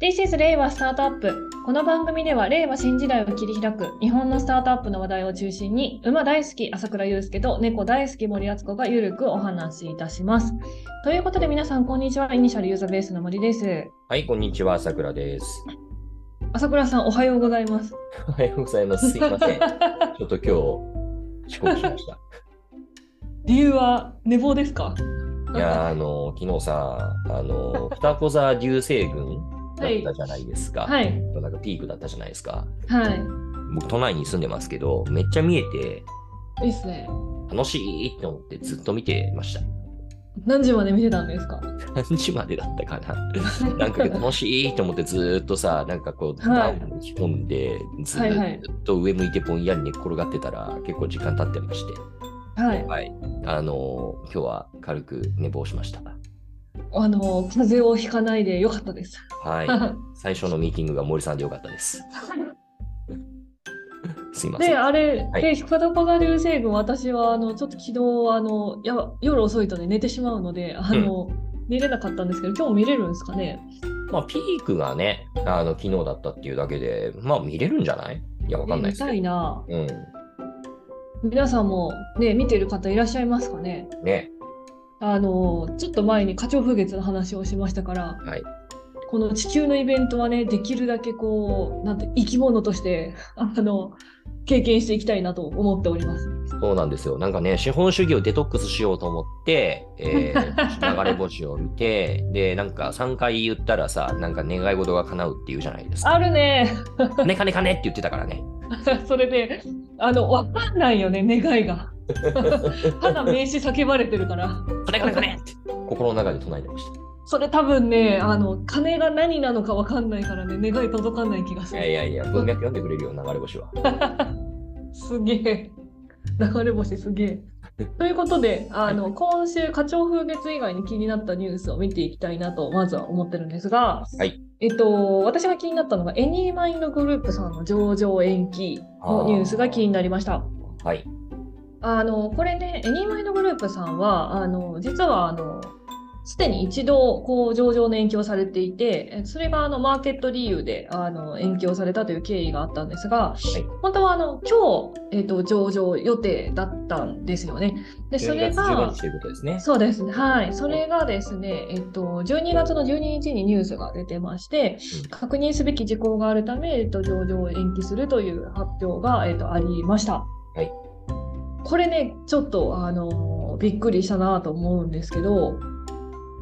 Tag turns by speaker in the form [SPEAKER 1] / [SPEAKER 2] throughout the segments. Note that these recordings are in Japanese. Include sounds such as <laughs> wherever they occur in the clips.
[SPEAKER 1] This is 令和スタートアップ。この番組では令和新時代を切り開く日本のスタートアップの話題を中心に、馬大好き朝倉祐介と猫大好き森敦子がゆるくお話しいたします。ということで皆さん、こんにちは。イニシャルユーザーベースの森です。
[SPEAKER 2] はい、こんにちは、さくらです。
[SPEAKER 1] 朝倉さん、おはようございます。
[SPEAKER 2] おはようございます。すいま
[SPEAKER 1] <laughs>
[SPEAKER 2] せん。ちょっと今日、遅刻しました。
[SPEAKER 1] 理由は寝坊ですか
[SPEAKER 2] いやー、あの、昨日さ、あの、双子座流星群だ
[SPEAKER 1] は
[SPEAKER 2] っ
[SPEAKER 1] い
[SPEAKER 2] た。じゃないですか。
[SPEAKER 1] はい。
[SPEAKER 2] なんかピークだったじゃないですか。
[SPEAKER 1] は
[SPEAKER 2] 僕、都内に住んでますけど、めっちゃ見えて、
[SPEAKER 1] い。いいっすね。
[SPEAKER 2] 楽しいって思ってずっと見てました。
[SPEAKER 1] 何時まで見てたんですか
[SPEAKER 2] 何時までだったか
[SPEAKER 1] <laughs>
[SPEAKER 2] な。なんか楽しいと思ってずーっとさ、なんかこう、ダ
[SPEAKER 1] は
[SPEAKER 2] ウ
[SPEAKER 1] い
[SPEAKER 2] ン仕込んで、ず
[SPEAKER 1] はいはい
[SPEAKER 2] ーっと上向いてぼんやり寝っ転がってたら、結構時間経ってまして。
[SPEAKER 1] はい。
[SPEAKER 2] はい。あのー今日は軽く寝坊しました。
[SPEAKER 1] あの、風邪をひかないでよかったです。 <laughs>
[SPEAKER 2] はい。最初のミーティングが森さんでよかったです。すいませ
[SPEAKER 1] で、
[SPEAKER 2] ん。
[SPEAKER 1] あれ、
[SPEAKER 2] はい
[SPEAKER 1] で、裸が流星群、私は、あの、ちょっと昨日、あの、やば夜遅いとね、寝てしまうので、あの、見れなかったんですけど、今日見れるんですかね。
[SPEAKER 2] まあ、ピークがね、あの、昨日だったっていうだけで、まあ、見れるんじゃないいや、わかんな
[SPEAKER 1] ね
[SPEAKER 2] いで
[SPEAKER 1] 見
[SPEAKER 2] す
[SPEAKER 1] た
[SPEAKER 2] け
[SPEAKER 1] い
[SPEAKER 2] ど。
[SPEAKER 1] な。
[SPEAKER 2] うん。
[SPEAKER 1] 皆さんも、ね、見てる方いらっしゃいますかね。
[SPEAKER 2] ね。
[SPEAKER 1] あの、ちょっと前に花鳥風月の話をしましたから、
[SPEAKER 2] はい
[SPEAKER 1] この地球のイベントはね、できるだけこう、なんて、生き物として、あの、経験していきたいなと思っております。
[SPEAKER 2] そうなんですよ。なんかね、資本主義をデトックスしようと思って、え
[SPEAKER 1] <laughs>
[SPEAKER 2] ー流れ星を見て、で、なんか3回言ったらさ、なんか願い事が叶うっていうじゃないですか。
[SPEAKER 1] あるね。
[SPEAKER 2] 金金金って言ってたからね。
[SPEAKER 1] それで、あの、わかんないよね、願い
[SPEAKER 2] <laughs>
[SPEAKER 1] が。ただ名詞叫ばれてるから。
[SPEAKER 2] 金金金
[SPEAKER 1] <laughs>
[SPEAKER 2] って心の中で唱えてました。
[SPEAKER 1] それ多分ね、あの、金が何なのかわかんないからね、願い届かない気がす
[SPEAKER 2] い
[SPEAKER 1] る。
[SPEAKER 2] やいやいや、文脈読んでくれるよ、流れ星は。
[SPEAKER 1] すげえ。流れ星すげえ。ということで、あの、今週、花鳥風月以外に気になったニュースを見ていきたいなと、まずは思ってるんですが、
[SPEAKER 2] はい
[SPEAKER 1] えっと、私が気になったのが、エニーマインドグループさんの上場延期のニュースが気になりました。
[SPEAKER 2] はい。
[SPEAKER 1] あのこれね、エニーマイドグループさんは、あの実はあのすでに一度こう上場の延期をされていて、えそれがあのマーケット理由であの延期をされたという経緯があったんですが、
[SPEAKER 2] い
[SPEAKER 1] 本当はあの今日、えっと上場予定だったんですよね。でそれ
[SPEAKER 2] 12
[SPEAKER 1] が
[SPEAKER 2] 月15日ということですね。
[SPEAKER 1] そうですね、はい、それがですね、えっと、12月の12日にニュースが出てまして、
[SPEAKER 2] うん
[SPEAKER 1] 確認すべき事項があるため、えっと、上場を延期するという発表が、えっと、ありました。
[SPEAKER 2] はい
[SPEAKER 1] これね、ちょっと、あのびっくりしたなと思うんですけど、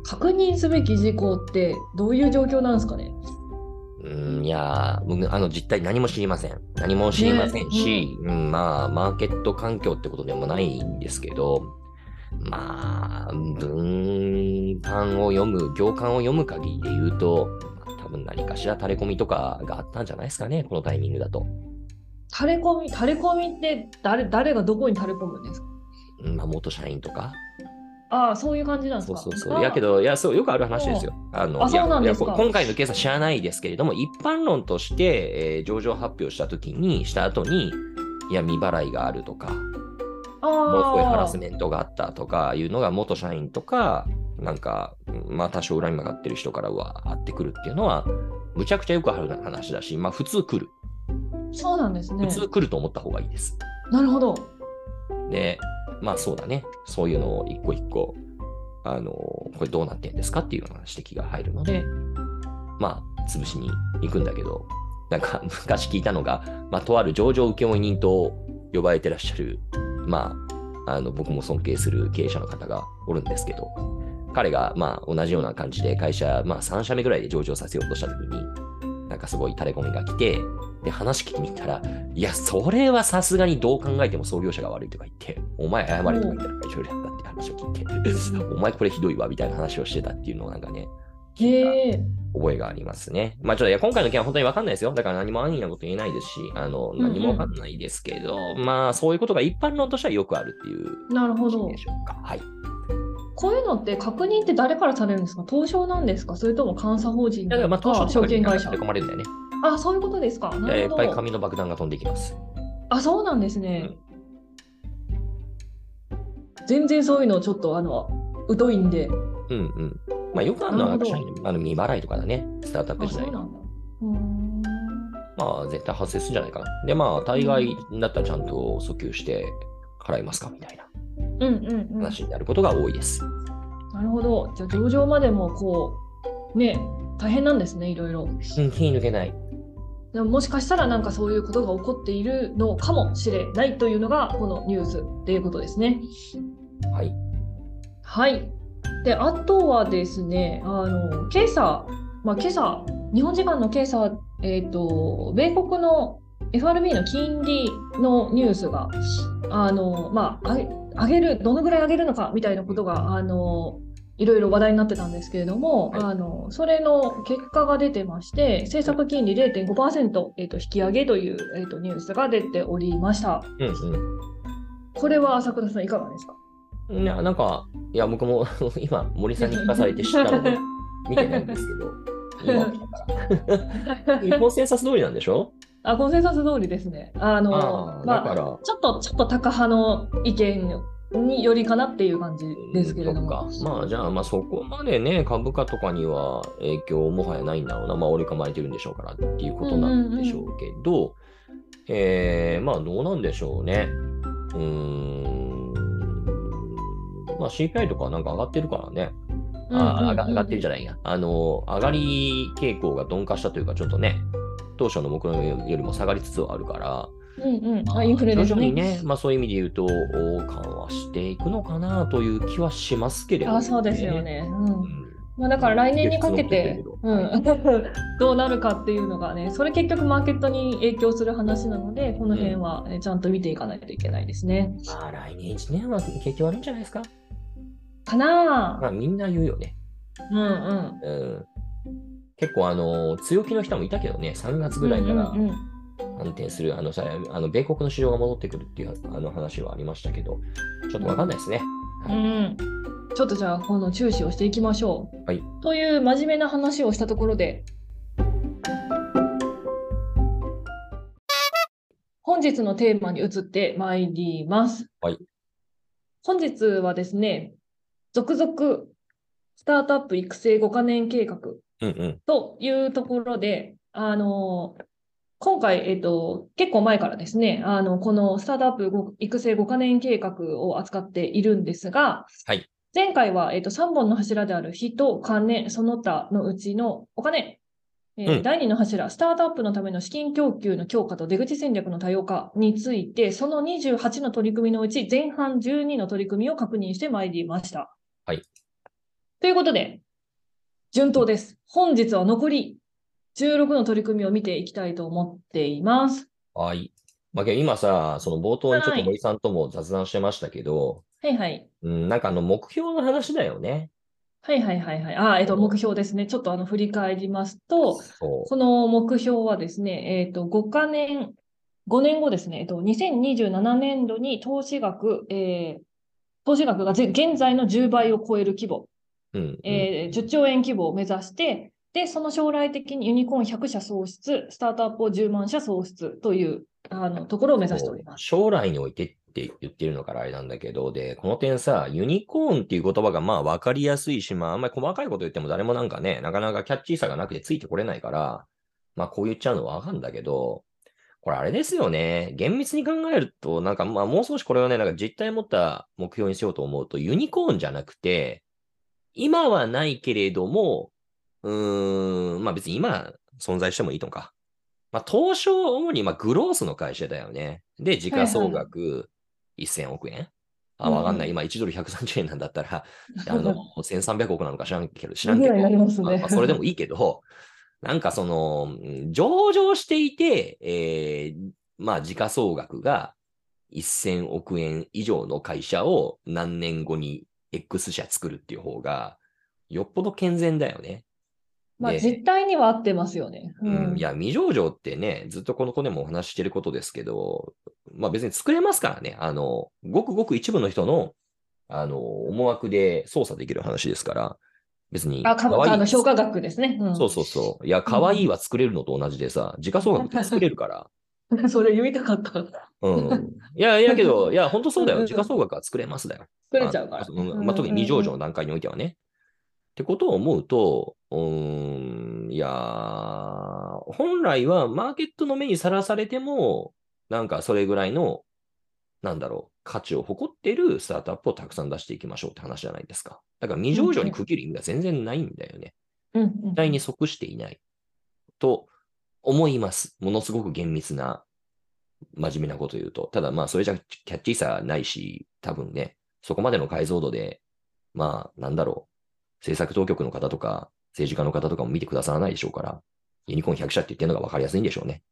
[SPEAKER 1] 確認すべき事項ってどういう状況なんですかね。
[SPEAKER 2] うん、いやー、僕あの実態何も知りません。何も知りませんし、うん、まあ、マーケット環境ってことでもないんですけど、まあ、文版を読む、行間を読む限りで言うと、まあ多分何かしら垂れ込みとかがあったんじゃないですかね、このタイミングだと。
[SPEAKER 1] 垂れ込み、垂れ込みって誰誰がどこに垂れ込むんですか
[SPEAKER 2] うんまあ、元社員とか。
[SPEAKER 1] ああ、そういう感じなんです
[SPEAKER 2] そう
[SPEAKER 1] か。
[SPEAKER 2] そうそう。やけど、いや、そう、よくある話ですよ。あの、
[SPEAKER 1] あ
[SPEAKER 2] いや
[SPEAKER 1] そうなん
[SPEAKER 2] いや
[SPEAKER 1] ですか
[SPEAKER 2] こ今回のケースは知らないですけれども、一般論として、えー上場発表したときに、した後に、いや、未払いがあるとか、
[SPEAKER 1] あ
[SPEAKER 2] もうすごいハラ
[SPEAKER 1] あ
[SPEAKER 2] ス、メントがあったとかいうのが、元社員とか、なんか、まあ、多少恨みがかってる人からはあってくるっていうのは、むちゃくちゃよくある話だし、まあ、普通来る。
[SPEAKER 1] そうなんです
[SPEAKER 2] 普
[SPEAKER 1] ね。
[SPEAKER 2] 通来ると思った方がいいです。
[SPEAKER 1] なるほど。
[SPEAKER 2] で、まあ、そうだね。そういうのを一個一個、あの、これどうなってんですかっていうような指摘が入るので、まあ、潰しに行くんだけど、なんか <laughs> 昔聞いたのが、まあ、とある上場請負人と呼ばれてらっしゃる、まあ、あの、僕も尊敬する経営者の方がおるんですけど、彼が、まあ、同じような感じで会社、まあ、3社目ぐらいで上場させようとしたときに、なんかすごい垂れ込みが来て、で、話聞きに行ったら、いや、それはさすがにどう考えても創業者が悪いとか言って、お前謝れとか言ったらいろいろやったって話を聞いて、お <laughs> 前これひどいわみたいな話をしてたっていうのをなんかね、聞いた
[SPEAKER 1] へえ。
[SPEAKER 2] 覚えがありますね。まあちょっといや今回の件は本当にわかんないですよ。だから何も安易なこと言えないですし、あ
[SPEAKER 1] ん
[SPEAKER 2] の、
[SPEAKER 1] うん
[SPEAKER 2] 何もわかんないですけど、まあそういうことが一般論としてはよくあるっていう
[SPEAKER 1] なるほ
[SPEAKER 2] 話
[SPEAKER 1] ど。
[SPEAKER 2] でしょうか。はい。
[SPEAKER 1] こういうのって確認って誰からされるんですか東証なんですかそれとも監査法人
[SPEAKER 2] だからまあ当初
[SPEAKER 1] 証券会社
[SPEAKER 2] で込まれるんだよね。
[SPEAKER 1] あ、そういうことですか
[SPEAKER 2] い
[SPEAKER 1] な
[SPEAKER 2] やや
[SPEAKER 1] る
[SPEAKER 2] っ
[SPEAKER 1] ほ
[SPEAKER 2] ぱり
[SPEAKER 1] ど。
[SPEAKER 2] 紙の爆弾が飛んできます。
[SPEAKER 1] あ、そうなんですね。全然そういうのちょっとあの、疎いんで、
[SPEAKER 2] うんうん。まあ、よくあるのは
[SPEAKER 1] なるほど
[SPEAKER 2] 確かにあの未払いとかだね、スタートアップ
[SPEAKER 1] あ
[SPEAKER 2] 時
[SPEAKER 1] そう
[SPEAKER 2] 代
[SPEAKER 1] な
[SPEAKER 2] が。
[SPEAKER 1] んだ。うーん
[SPEAKER 2] まあ、絶対発生するんじゃないかな。で、まあ、大概だったらちゃんと訴求して払いますかみたいな
[SPEAKER 1] うんうんうん。
[SPEAKER 2] 話になることが多いです。
[SPEAKER 1] なるほど。じゃあ上場までもこうね大変なんですねいろいろ。
[SPEAKER 2] 真剣に抜けない。
[SPEAKER 1] でももしかしたらなんかそういうことが起こっているのかもしれないというのがこのニュースっていうことですね。
[SPEAKER 2] はい。
[SPEAKER 1] はい。であとはですねあの今朝まあ今朝日本時間の今朝えっ、と米国の FRB の金利のニュースがあのまああげ上げるどのぐらい上げるのかみたいなことがあのいろいろ話題になってたんですけれども、
[SPEAKER 2] はい
[SPEAKER 1] あのそれの結果が出てまして政策金利0.5%、えー、と引き上げという、えー、とニュースが出ておりました。
[SPEAKER 2] うん
[SPEAKER 1] これは朝倉さんいかがですか
[SPEAKER 2] うん。いや、なんか、いや、僕も <laughs> 今、森さんに聞かされて知ったので、見てないんですけど、今見た
[SPEAKER 1] <laughs>
[SPEAKER 2] から。日本センサス通りなんでしょ
[SPEAKER 1] あコンセンサス通りですね。あの
[SPEAKER 2] ああ、
[SPEAKER 1] ま
[SPEAKER 2] だから、
[SPEAKER 1] ちょっとちょっと高派の意見によりかなっていう感じですけれども。
[SPEAKER 2] そっかまあじゃあ、まあそこまでね、株価とかには影響もはやないんだろうな、まあ織り込まれてるんでしょうからっていうことなんでしょうけど、えーまあどうなんでしょうね。うーん。まあ CPI とかなんか上がってるからね。あ上が上がってるじ
[SPEAKER 1] ゃ
[SPEAKER 2] ゃないや。あの、上がり傾向が鈍化したというか、ちょっとね、当初の目標よりも下がりつつはあるから、
[SPEAKER 1] ん。うんうん。あインフレです
[SPEAKER 2] 徐々
[SPEAKER 1] ね。
[SPEAKER 2] にね、まあ、そういう意味で言うと、お緩和していくのかなという気はしますけれども、
[SPEAKER 1] あそうですよ。ね。う。
[SPEAKER 2] うんん
[SPEAKER 1] まあだから来年にかけ
[SPEAKER 2] い
[SPEAKER 1] て
[SPEAKER 2] や普、通
[SPEAKER 1] う
[SPEAKER 2] のこと
[SPEAKER 1] ん、 <laughs> どうなるかっていうのがね、それ結局マーケットに影響する話なので、この辺はえちゃんと見ていかないといけないですね。
[SPEAKER 2] まあ、来年1年は景気悪いんじゃないですか。
[SPEAKER 1] かな
[SPEAKER 2] ま
[SPEAKER 1] あ。
[SPEAKER 2] あ、みんな言うよね。
[SPEAKER 1] うんうん。
[SPEAKER 2] うん、結構、あの、強気の人もいたけどね、3月ぐらいから
[SPEAKER 1] うんうんうん
[SPEAKER 2] 反転する、あのさ、あの米国の市場が戻ってくるっていうあの話はありましたけど、ちょっとわかんないですね。
[SPEAKER 1] うん、ちょっとじゃあこの注視をしていきましょう。
[SPEAKER 2] はい
[SPEAKER 1] という真面目な話をしたところで本日のテーマに移ってまいります。
[SPEAKER 2] はい
[SPEAKER 1] 本日はですね続々スタートアップ育成5カ年計画
[SPEAKER 2] うんうん。
[SPEAKER 1] というところで、あの今回、えっと、結構前からですね、あのこのスタートアップご育成5カ年計画を扱っているんですが、
[SPEAKER 2] はい
[SPEAKER 1] 前回は、えっと、3本の柱である人、金、その他のうちのお金、えー
[SPEAKER 2] うん
[SPEAKER 1] 第2の柱、スタートアップのための資金供給の強化と出口戦略の多様化について、その28の取り組みのうち、前半12の取り組みを確認してまいりました。
[SPEAKER 2] はい
[SPEAKER 1] ということで、順当です。本日は残り16の取り組みを見ていきたいと思っています。
[SPEAKER 2] はい。まあ、けど今さ、その冒頭にちょっ
[SPEAKER 1] は
[SPEAKER 2] と
[SPEAKER 1] い
[SPEAKER 2] 森さんとも雑談してましたけど、
[SPEAKER 1] はいはい。
[SPEAKER 2] うん、なんかあの目標の話だよね。
[SPEAKER 1] はいはいはいはい。あー、えっと、目標ですね。ちょっとあの振り返りますと、
[SPEAKER 2] そう
[SPEAKER 1] この目標はですね、えっと、5か年、5年後ですね、えっと、2027年度に投資額、えー投資額がぜ現在の10倍を超える規模
[SPEAKER 2] うんうん
[SPEAKER 1] えー10兆円規模を目指して、で、その将来的にユニコーン100社創出、スタートアップを10万社創出というあのところを目指しております。
[SPEAKER 2] 将来においてって言ってるのからあれなんだけど、で、この点さ、ユニコーンっていう言葉がまあ分かりやすいし、まああんまり細かいこと言っても誰もなんかね、なかなかキャッチーさがなくてついてこれないから、まあこう言っちゃうのはわかんだけど、これあれですよね。厳密に考えると、なんかまあもう少しこれはね、なんか実態持った目標にしようと思うと、ユニコーンじゃなくて、今はないけれども、うーん、まあ別に今存在してもいいのか。まあ、東証は主にまあグロースの会社だよね。で、時価総額1000億円、あ、わかんない。
[SPEAKER 1] うん
[SPEAKER 2] 今1ドル130円なんだったら、 <laughs> あの、1300億なのか知らんけど、知ら
[SPEAKER 1] ぐ
[SPEAKER 2] んけ
[SPEAKER 1] ら
[SPEAKER 2] ど、
[SPEAKER 1] いになります
[SPEAKER 2] まあ
[SPEAKER 1] ね
[SPEAKER 2] まあ。それでもいいけど、 <laughs> なんかその、うん上場していて、えーまあ、時価総額が1000億円以上の会社を何年後に X 社作るっていう方が、よっぽど健全だよね。
[SPEAKER 1] まあ、
[SPEAKER 2] で
[SPEAKER 1] 実態には合ってますよね。
[SPEAKER 2] うん、いや、未上場ってね、ずっとこの子でもお話ししてることですけど、まあ別に作れますからね、あの、ごくごく一部の人の、あの、思惑で操作できる話ですから、別に。
[SPEAKER 1] あ、株
[SPEAKER 2] 可愛い
[SPEAKER 1] 価の評価額ですね。うん
[SPEAKER 2] そうそうそう。いや、可愛いは作れるのと同じでさ、時価総額って作れるから。
[SPEAKER 1] <laughs> それ読みたかった。 <laughs>
[SPEAKER 2] うん。いや、いやけど、いや、本当そうだ
[SPEAKER 1] うんう
[SPEAKER 2] よ。
[SPEAKER 1] ん
[SPEAKER 2] 時価総額は作れますだよ。
[SPEAKER 1] 作れちゃうから。
[SPEAKER 2] あのまあ、特に未上場の段階においてはね。ってことを思うと、うーん、いやー、本来はマーケットの目にさらされても、なんかそれぐらいの、なんだろう、価値を誇ってるスタートアップをたくさん出していきましょうって話じゃないですか。だから未上場に区切る意味が全然ないんだよね。
[SPEAKER 1] うんうん
[SPEAKER 2] 実態に即していないと思います。ものすごく厳密な、真面目なこと言うと。ただまあ、それじゃキャッチーさないし、多分ね、そこまでの解像度で、まあ、なんだろう、政策当局の方とか、政治家の方とかも見てくださらないでしょうから、ユニコーン100社って言ってるのが分かりやすいんでしょうね。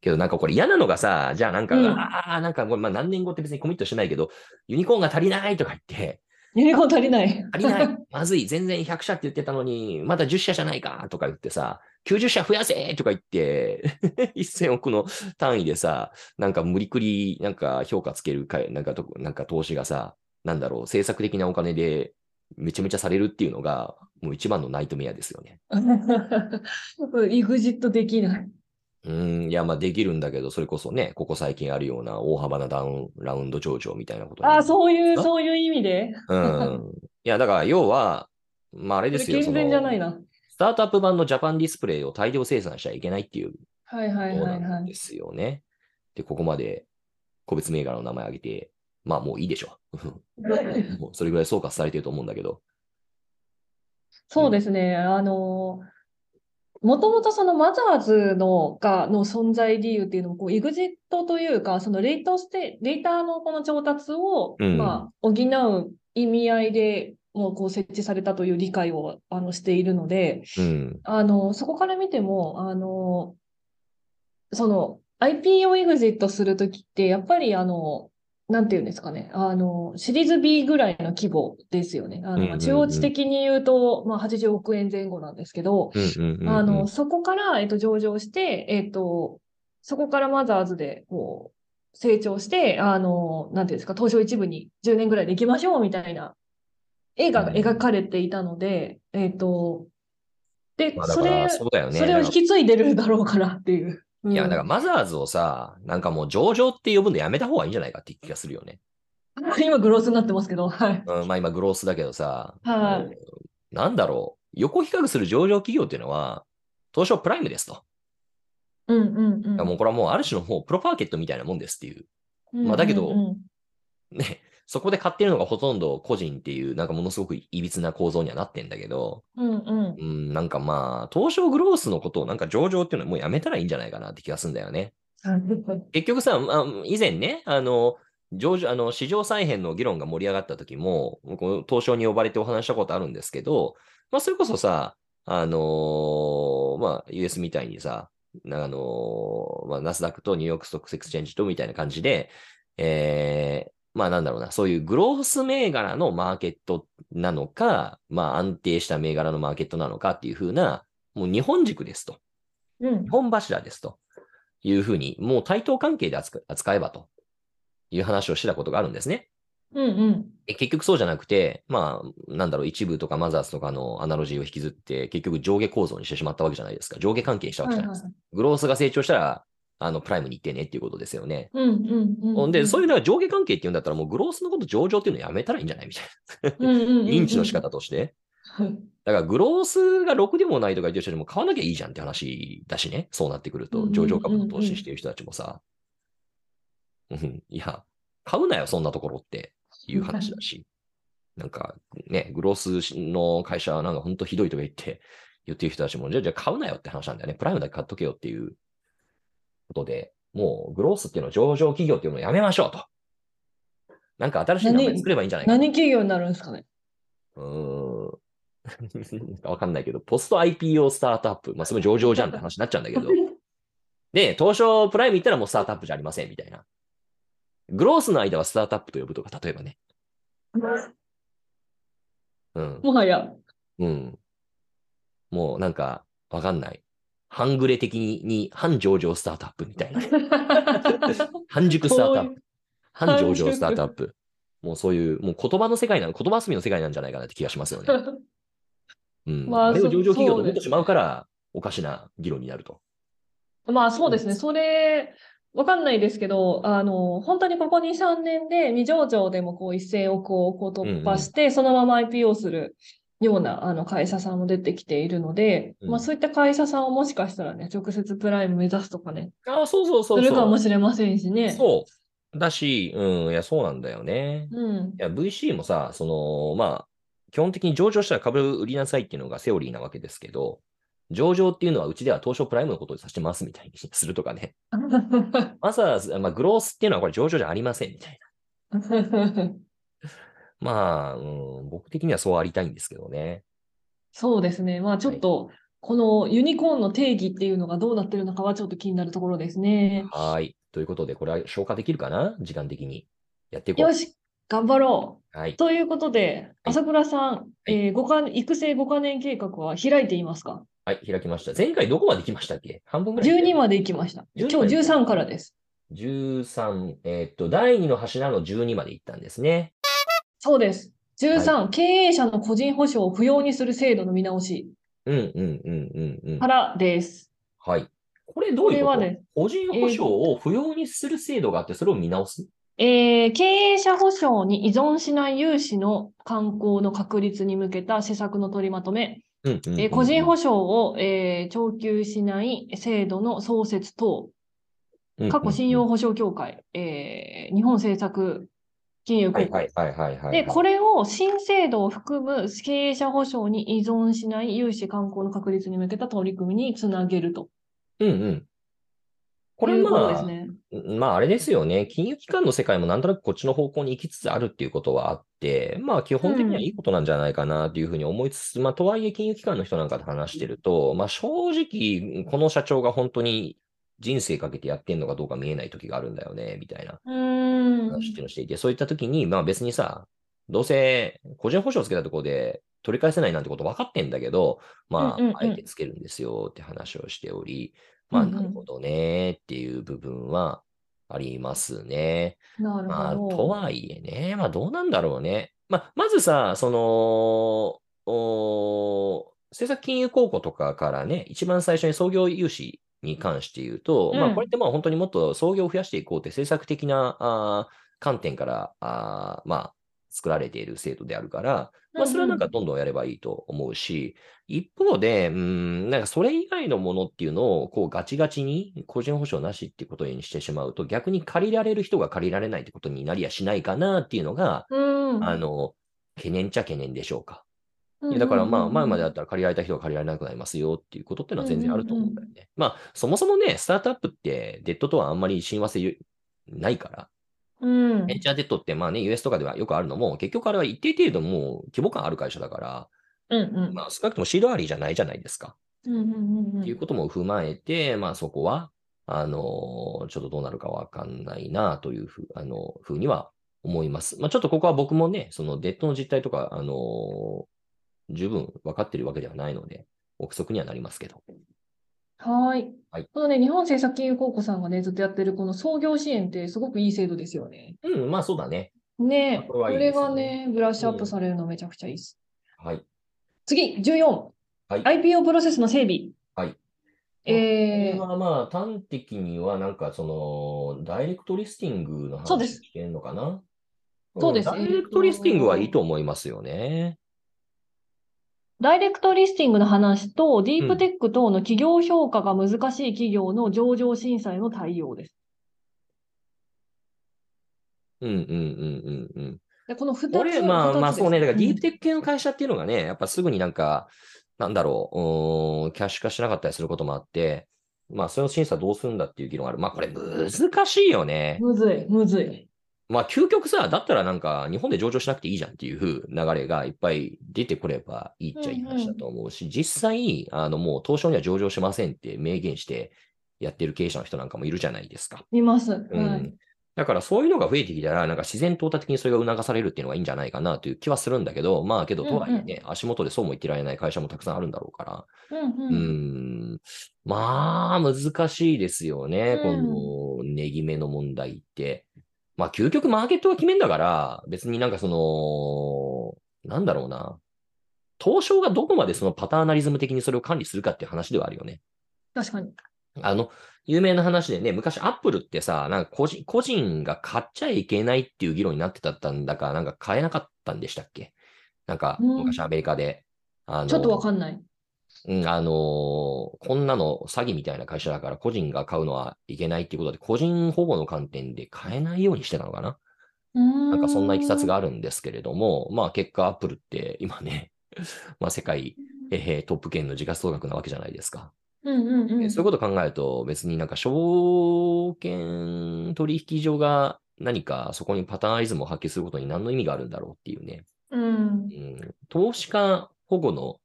[SPEAKER 2] けどなんかこれ嫌なのがさ、じゃあなんか、
[SPEAKER 1] うん
[SPEAKER 2] ああ、なんかこれまあ何年後って別にコミットしてないけど、ユニコーンが足りないとか言って、
[SPEAKER 1] ユニコーン足りない。
[SPEAKER 2] 足り
[SPEAKER 1] <laughs>
[SPEAKER 2] ない、まずい、全然100社って言ってたのに、まだ10社じゃないかとか言ってさ、90社増やせとか言って、1000億の単位でさ、なんか無理くり、なんか評価つけるか、なんかと、なんか投資がさ、なんだろう、政策的なお金でめちゃめちゃされるっていうのが、もう一番のナイトメアですよね。
[SPEAKER 1] イグジットでき
[SPEAKER 2] <laughs>
[SPEAKER 1] ない。
[SPEAKER 2] うーん、いや、まあできるんだけど、それこそね、ここ最近あるような大幅なダウンラウンド上場みたいなことに
[SPEAKER 1] ああ、そういう、
[SPEAKER 2] あ
[SPEAKER 1] そういう意味で。
[SPEAKER 2] うん。いや、だから要は、まああれ
[SPEAKER 1] そ
[SPEAKER 2] で
[SPEAKER 1] れ
[SPEAKER 2] すよ。
[SPEAKER 1] 健
[SPEAKER 2] そ
[SPEAKER 1] 全
[SPEAKER 2] の
[SPEAKER 1] じゃないな。
[SPEAKER 2] スタートアップ版のジャパンディスプレイを大量生産しちゃいけないっていう
[SPEAKER 1] はいは
[SPEAKER 2] こ
[SPEAKER 1] い
[SPEAKER 2] と
[SPEAKER 1] はい
[SPEAKER 2] な
[SPEAKER 1] は
[SPEAKER 2] ん
[SPEAKER 1] い
[SPEAKER 2] で。すよね。で、ここまで個別銘柄の名前挙げて、まあもういいでしょ。もうそれぐらい総括されてると思うんだけど。
[SPEAKER 1] そうですね。あのもともとそのマザーズのがの存在理由っていうのもこう、エグジットというか、そのレートステ、レーターのこの調達を、
[SPEAKER 2] うん
[SPEAKER 1] まあ、補う意味合いで、もうこう設置されたという理解をあのしているので、
[SPEAKER 2] うん。
[SPEAKER 1] あの、そこから見ても、あの、その、IP をエグジットするときって、やっぱり、あの、なんていうんですかね、あの、シリーズ B ぐらいの規模ですよね。あの、
[SPEAKER 2] うんうんうん
[SPEAKER 1] 中央値的に言うと、まあ、80億円前後なんですけど、
[SPEAKER 2] うんうんうんうん
[SPEAKER 1] あの、そこから、えっと、上場して、えっと、そこからマザーズで、こう、成長して、あの、なんていうんですか、東証一部に10年ぐらいで行きましょう、みたいな映画が描かれていたので、えっと、で
[SPEAKER 2] まあ、だ
[SPEAKER 1] そ
[SPEAKER 2] から
[SPEAKER 1] れ、
[SPEAKER 2] そうだよね。
[SPEAKER 1] それを
[SPEAKER 2] だ
[SPEAKER 1] 引
[SPEAKER 2] から
[SPEAKER 1] き継いでるだろうからっていう。
[SPEAKER 2] いや、
[SPEAKER 1] うん
[SPEAKER 2] だからマザーズをさ、なんかもう上場って呼ぶのやめた方がいいんじゃないかって気がするよね。
[SPEAKER 1] 今、グロースになってますけど、はい。
[SPEAKER 2] うん、まあ今グロースだけどさ、
[SPEAKER 1] はい
[SPEAKER 2] うんなんだろう。横比較する上場企業っていうのは、東証プライムですと。
[SPEAKER 1] うんうんうん。
[SPEAKER 2] もうこれはもうある種のもうプロパーケットみたいなもんですっていう。
[SPEAKER 1] うん
[SPEAKER 2] まあだけど
[SPEAKER 1] うんうん
[SPEAKER 2] ね、そこで買ってるのがほとんど個人っていう、なんかものすごくいびつな構造にはなってんだけど、
[SPEAKER 1] うんうん
[SPEAKER 2] うん、なんかまあ、東証グロースのことをなんか上場っていうのはもうやめたらいいんじゃないかなって気がするんだよね。結局さ、まあ、以前ね、あの、上場、あの、市場再編の議論が盛り上がった時も、この東証に呼ばれてお話したことあるんですけど、まあ、それこそさ、あのーまあ、US みたいにさ、なあのーまあ、ナスダックとニューヨークストックスエクスチェンジとみたいな感じで、えーまあなんだろうな、そういうグロース銘柄のマーケットなのか、まあ安定した銘柄のマーケットなのかっていう風な、もう日本軸ですと。
[SPEAKER 1] うん
[SPEAKER 2] 日本柱ですというふうに、もう対等関係で扱扱えばという話をしてたことがあるんですね。
[SPEAKER 1] うんうん。
[SPEAKER 2] え結局そうじゃなくて、まあ、なんだろう、一部とかマザーズとかのアナロジーを引きずって、結局上下構造にしてしまったわけじゃないですか。上下関係にしたわ
[SPEAKER 1] は
[SPEAKER 2] け
[SPEAKER 1] い
[SPEAKER 2] じ
[SPEAKER 1] は
[SPEAKER 2] ゃ
[SPEAKER 1] い
[SPEAKER 2] ない
[SPEAKER 1] は
[SPEAKER 2] ですか。
[SPEAKER 1] い
[SPEAKER 2] グロースが成長したら、あの、プライムに行ってねっていうことですよね。
[SPEAKER 1] うんうんうん。
[SPEAKER 2] ほんで、そういうのは上下関係っていうんだったら、もうグロースのこと上場っていうのやめたらいいんじゃないみたい
[SPEAKER 1] うんうんうんうん
[SPEAKER 2] な。認知の仕方として。
[SPEAKER 1] はい
[SPEAKER 2] だから、グロースが6でもないとか言ってる人でも買わなきゃいいじゃんって話だしね。そうなってくる
[SPEAKER 1] うんうん
[SPEAKER 2] と、
[SPEAKER 1] うん
[SPEAKER 2] 上場株の投資してる人たちもさ。うん、いや、買うなよ、そんなところっていう話だし。なんか、ね、グロースの会社はなんか本当ひどいとか言って、言ってる人たちも、じゃあ、じゃあ買うなよって話なんだよね。プライムだけ買っとけよっていうことで、もうグロースっていうのは上場企業っていうのをやめましょうと。なんか新しい名前作ればいいんじゃないかな
[SPEAKER 1] 何企業になるんですかね
[SPEAKER 2] うーん。わかんないけど、ポスト IPO スタートアップ。まあ、それも上場じゃんって話になっちゃうんだ
[SPEAKER 1] <laughs>
[SPEAKER 2] けど。で、東証プライム行ったらもうスタートアップじゃありません、みたいな。グロースの間はスタートアップと呼ぶとか、例えばね。うん。
[SPEAKER 1] もは
[SPEAKER 2] <laughs>
[SPEAKER 1] や。
[SPEAKER 2] うん。もうなんか、わかんない。半グレ的に、に半上場スタートアップみたいな。半熟スタートアップ。半上場スタートアップ。もうそういう、もう言葉の世界なの、言葉遊びの世界なんじゃないかなって気がしますよね。うん。
[SPEAKER 1] まあ
[SPEAKER 2] でも
[SPEAKER 1] そ
[SPEAKER 2] 上場企業
[SPEAKER 1] そ
[SPEAKER 2] と
[SPEAKER 1] う
[SPEAKER 2] 思っ
[SPEAKER 1] です
[SPEAKER 2] てしまうから、おかしな議論になると。
[SPEAKER 1] <laughs> まあそうですね。それ、わかんないですけど、あの、本当にここ2、3年で未上場でもこう1000億をこう突破して、そのまま IPO する。ようなあの会社さんも出てきているので、
[SPEAKER 2] うん
[SPEAKER 1] まあ、そういった会社さんをもしかしたらね、直接プライム目指すとかね、
[SPEAKER 2] ああ、そうそうそうそう。
[SPEAKER 1] するかもしれませんしね。
[SPEAKER 2] そう。だし、うん、いや、そうなんだよね。
[SPEAKER 1] うん
[SPEAKER 2] いや、VC もさ、その、まあ、基本的に上場したら株売りなさいっていうのがセオリーなわけですけど、上場っていうのはうちでは東証プライムのことを指してますみたいにするとかね。
[SPEAKER 1] <laughs>
[SPEAKER 2] まさら、まあ、グロースっていうのはこれ上場じゃありませんみたいな。まあ、うん、僕的にはそうありたいんですけどね。
[SPEAKER 1] そうですね。まあちょっと、このユニコーンの定義っていうのがどうなってるのかはちょっと気になるところですね。
[SPEAKER 2] はーい。ということで、これは消化できるかな時間的に。やっていこ
[SPEAKER 1] よ
[SPEAKER 2] う。
[SPEAKER 1] し、頑張ろ
[SPEAKER 2] は
[SPEAKER 1] う。
[SPEAKER 2] い。
[SPEAKER 1] ということで、朝倉さん、
[SPEAKER 2] い
[SPEAKER 1] えーごかん育成5か年計画は開いていますか
[SPEAKER 2] はい、開きました。前回どこまで来ましたっけ半分ぐらい。
[SPEAKER 1] ?12 まで行きました。今
[SPEAKER 2] 12
[SPEAKER 1] 日
[SPEAKER 2] まで
[SPEAKER 1] 13からです。
[SPEAKER 2] 13、えっと、第2の柱の12まで行ったんですね。
[SPEAKER 1] そうです。13、経営者の個人保証を不要にする制度の見直し
[SPEAKER 2] うんうんうんうんうん
[SPEAKER 1] か。らです。
[SPEAKER 2] はい。これどういうこと
[SPEAKER 1] これはね
[SPEAKER 2] 個人保証を不要にする制度があって、それを見直す、
[SPEAKER 1] えー経営者保証に依存しない融資の観光の確立に向けた施策の取りまとめ、
[SPEAKER 2] うんうんうん
[SPEAKER 1] えー個人保証を、えー徴求しない制度の創設等、
[SPEAKER 2] 証
[SPEAKER 1] 過去信用保証協会、えー日本政策金融公
[SPEAKER 2] はい
[SPEAKER 1] 庫
[SPEAKER 2] はいはいはいはい。
[SPEAKER 1] で、これを新制度を含む経営者保証に依存しない融資観光の確立に向けた取り組みにつなげると。
[SPEAKER 2] れ。うんうん。これ
[SPEAKER 1] いうこと
[SPEAKER 2] ま
[SPEAKER 1] で
[SPEAKER 2] あ、
[SPEAKER 1] すね。
[SPEAKER 2] まああれですよね。金融機関の世界もなんとなくこっちの方向に行きつつあるっていうことはあって、まあ基本的にはいいことなんじゃないかなというふうに思いつつ、まあとはいえ金融機関の人なんかと話してると、まあ正直、この社長が本当に人生かけてやってんのかどうか見えない時があるんだよね、みたいな。
[SPEAKER 1] うーん。
[SPEAKER 2] 話っていうのをしていて、そういった時に、まあ別にさ、どうせ個人保証つけたところで取り返せないなんてこと分かってんだけど、ま
[SPEAKER 1] うんうんうん
[SPEAKER 2] あ、あえてつけるんですよって話をしており、まあ
[SPEAKER 1] うんうん
[SPEAKER 2] なるほどねっていう部分はありますね。
[SPEAKER 1] なる
[SPEAKER 2] まあ
[SPEAKER 1] ほ
[SPEAKER 2] と
[SPEAKER 1] ど。
[SPEAKER 2] はいえね、まあどうなんだろうね。まあまずさ、その、お政策金融公庫とかからね、一番最初に創業融資に関して言うと、
[SPEAKER 1] うん
[SPEAKER 2] まあこれってまあ本当にもっと創業を増やしていこうって政策的なあー観点から、あーまあ作られている制度であるから、まあ、それはなんかどんどんやればいいと思うし、一方で、うん、なんかそれ以外のものっていうのを、こうガチガチに個人保証なしっていうことにしてしまうと、逆に借りられる人が借りられないってことになりやしないかなっていうのが、
[SPEAKER 1] うんうん
[SPEAKER 2] あの、懸念っちゃ懸念でしょうか。
[SPEAKER 1] うん
[SPEAKER 2] だからまあ、前までだ
[SPEAKER 1] う
[SPEAKER 2] っ
[SPEAKER 1] ん
[SPEAKER 2] たら借りられた人が借りられなくなりますよっていうことっていうのは全然あると思うんだよ
[SPEAKER 1] うん
[SPEAKER 2] ね。まあ、そもそもね、スタートアップってデッドとはあんまり親和性ないから、
[SPEAKER 1] うんうん
[SPEAKER 2] ベンチャーデッドってまあね、US とかではよくあるのも、結局あれは一定程度もう規模感ある会社だから、
[SPEAKER 1] うんうん
[SPEAKER 2] まあ、少なくともシードアリーじゃないじゃないですか。
[SPEAKER 1] うんうんうん
[SPEAKER 2] っていうことも踏まえて、まあ、そこは、あのーちょっとどうなるかわかんないなというふう,、あのふうには思います。まあ、ちょっとここは僕もね、そのデッドの実態とか、あのー十分分かってるわけではないので、憶測にはなりますけど。
[SPEAKER 1] はーい。
[SPEAKER 2] はい
[SPEAKER 1] このね、日本政策金融公庫さんがね、ずっとやってるこの創業支援ってすごくいい制度ですよね。
[SPEAKER 2] うん、まあそうだね。
[SPEAKER 1] ねえ、
[SPEAKER 2] これ
[SPEAKER 1] こ
[SPEAKER 2] はいい
[SPEAKER 1] れ
[SPEAKER 2] ですね
[SPEAKER 1] がね、ブラッシュアップされるのめちゃくちゃいいです。
[SPEAKER 2] はい。
[SPEAKER 1] 次、14、
[SPEAKER 2] はい。
[SPEAKER 1] IPO プロセスの整備。
[SPEAKER 2] はい。
[SPEAKER 1] えー、
[SPEAKER 2] これはまあ、端的には、なんかその、ダイレクトリスティングの
[SPEAKER 1] そうで
[SPEAKER 2] 話
[SPEAKER 1] す
[SPEAKER 2] してるのかな
[SPEAKER 1] そうです
[SPEAKER 2] んダイレクトリスティングはいいと思いますよね。
[SPEAKER 1] ダイレクトリスティングの話と、ディープテック等の企業評価が難しい企業の上場審査への対応です。
[SPEAKER 2] うんうんうんうんうん。
[SPEAKER 1] でこの2つ
[SPEAKER 2] これ、まあまあそうね、だからディープ
[SPEAKER 1] テッ
[SPEAKER 2] テック系の会社っていうのがね、やっぱすぐになんか、なんだろううーん、キャッシュ化しなかったりすることもあって、まあそれの審査どうするんだっていう議論がある。まあこれ難しいよね。
[SPEAKER 1] むずい、むずい。
[SPEAKER 2] まあ究極さ、だったらなんか日本で上場しなくていいじゃんっていう流れがいっぱい出てくればいいっちゃいい話だと思うし、実際、あのもう東証には上場しませんって明言してやってる経営者の人なんかもいるじゃないですか。
[SPEAKER 1] 見ます。は
[SPEAKER 2] う
[SPEAKER 1] い
[SPEAKER 2] ん。だからそういうのが増えてきたら、なんか自然淘汰的にそれが促されるっていうのがいいんじゃないかなという気はするんだけど、まあけど、
[SPEAKER 1] うん
[SPEAKER 2] とはいえね、足元でそうも言ってられない会社もたくさんあるんだろうから、
[SPEAKER 1] うん
[SPEAKER 2] う
[SPEAKER 1] うん
[SPEAKER 2] ん、まあ難しいですよね、
[SPEAKER 1] うん
[SPEAKER 2] この値決めの問題って。まあ究極マーケットが決めんだから、別になんかその、なんだろうな、東証がどこまでそのパターナリズム的にそれを管理するかっていう話ではあるよね。
[SPEAKER 1] 確かに。
[SPEAKER 2] あの、有名な話でね、昔アップルってさ、なんか個人個人が買っちゃいけないっていう議論になってたんだか、なんか買えなかったんでしたっけなんか、
[SPEAKER 1] うん
[SPEAKER 2] 昔アメリカで、あの
[SPEAKER 1] ちょっとわかんない。
[SPEAKER 2] うん、あのーこんなの詐欺みたいな会社だから個人が買うのはいけないっていうことで、個人保護の観点で買えないようにしてたのかなな
[SPEAKER 1] なん
[SPEAKER 2] かそんないきさつが
[SPEAKER 1] あ
[SPEAKER 2] あるんですけれども、まあ結果アップルって今ね、 <laughs> まあ世界、えートップ圏の時価総額なわけじゃないですか。
[SPEAKER 1] る。うんうんうん。
[SPEAKER 2] えそういうことを考えると、別になんか証券取引所が何かそこにパターンイズムを発揮することに何の意味があるんだろうっていうね、
[SPEAKER 1] うん
[SPEAKER 2] うん、投資家保護の、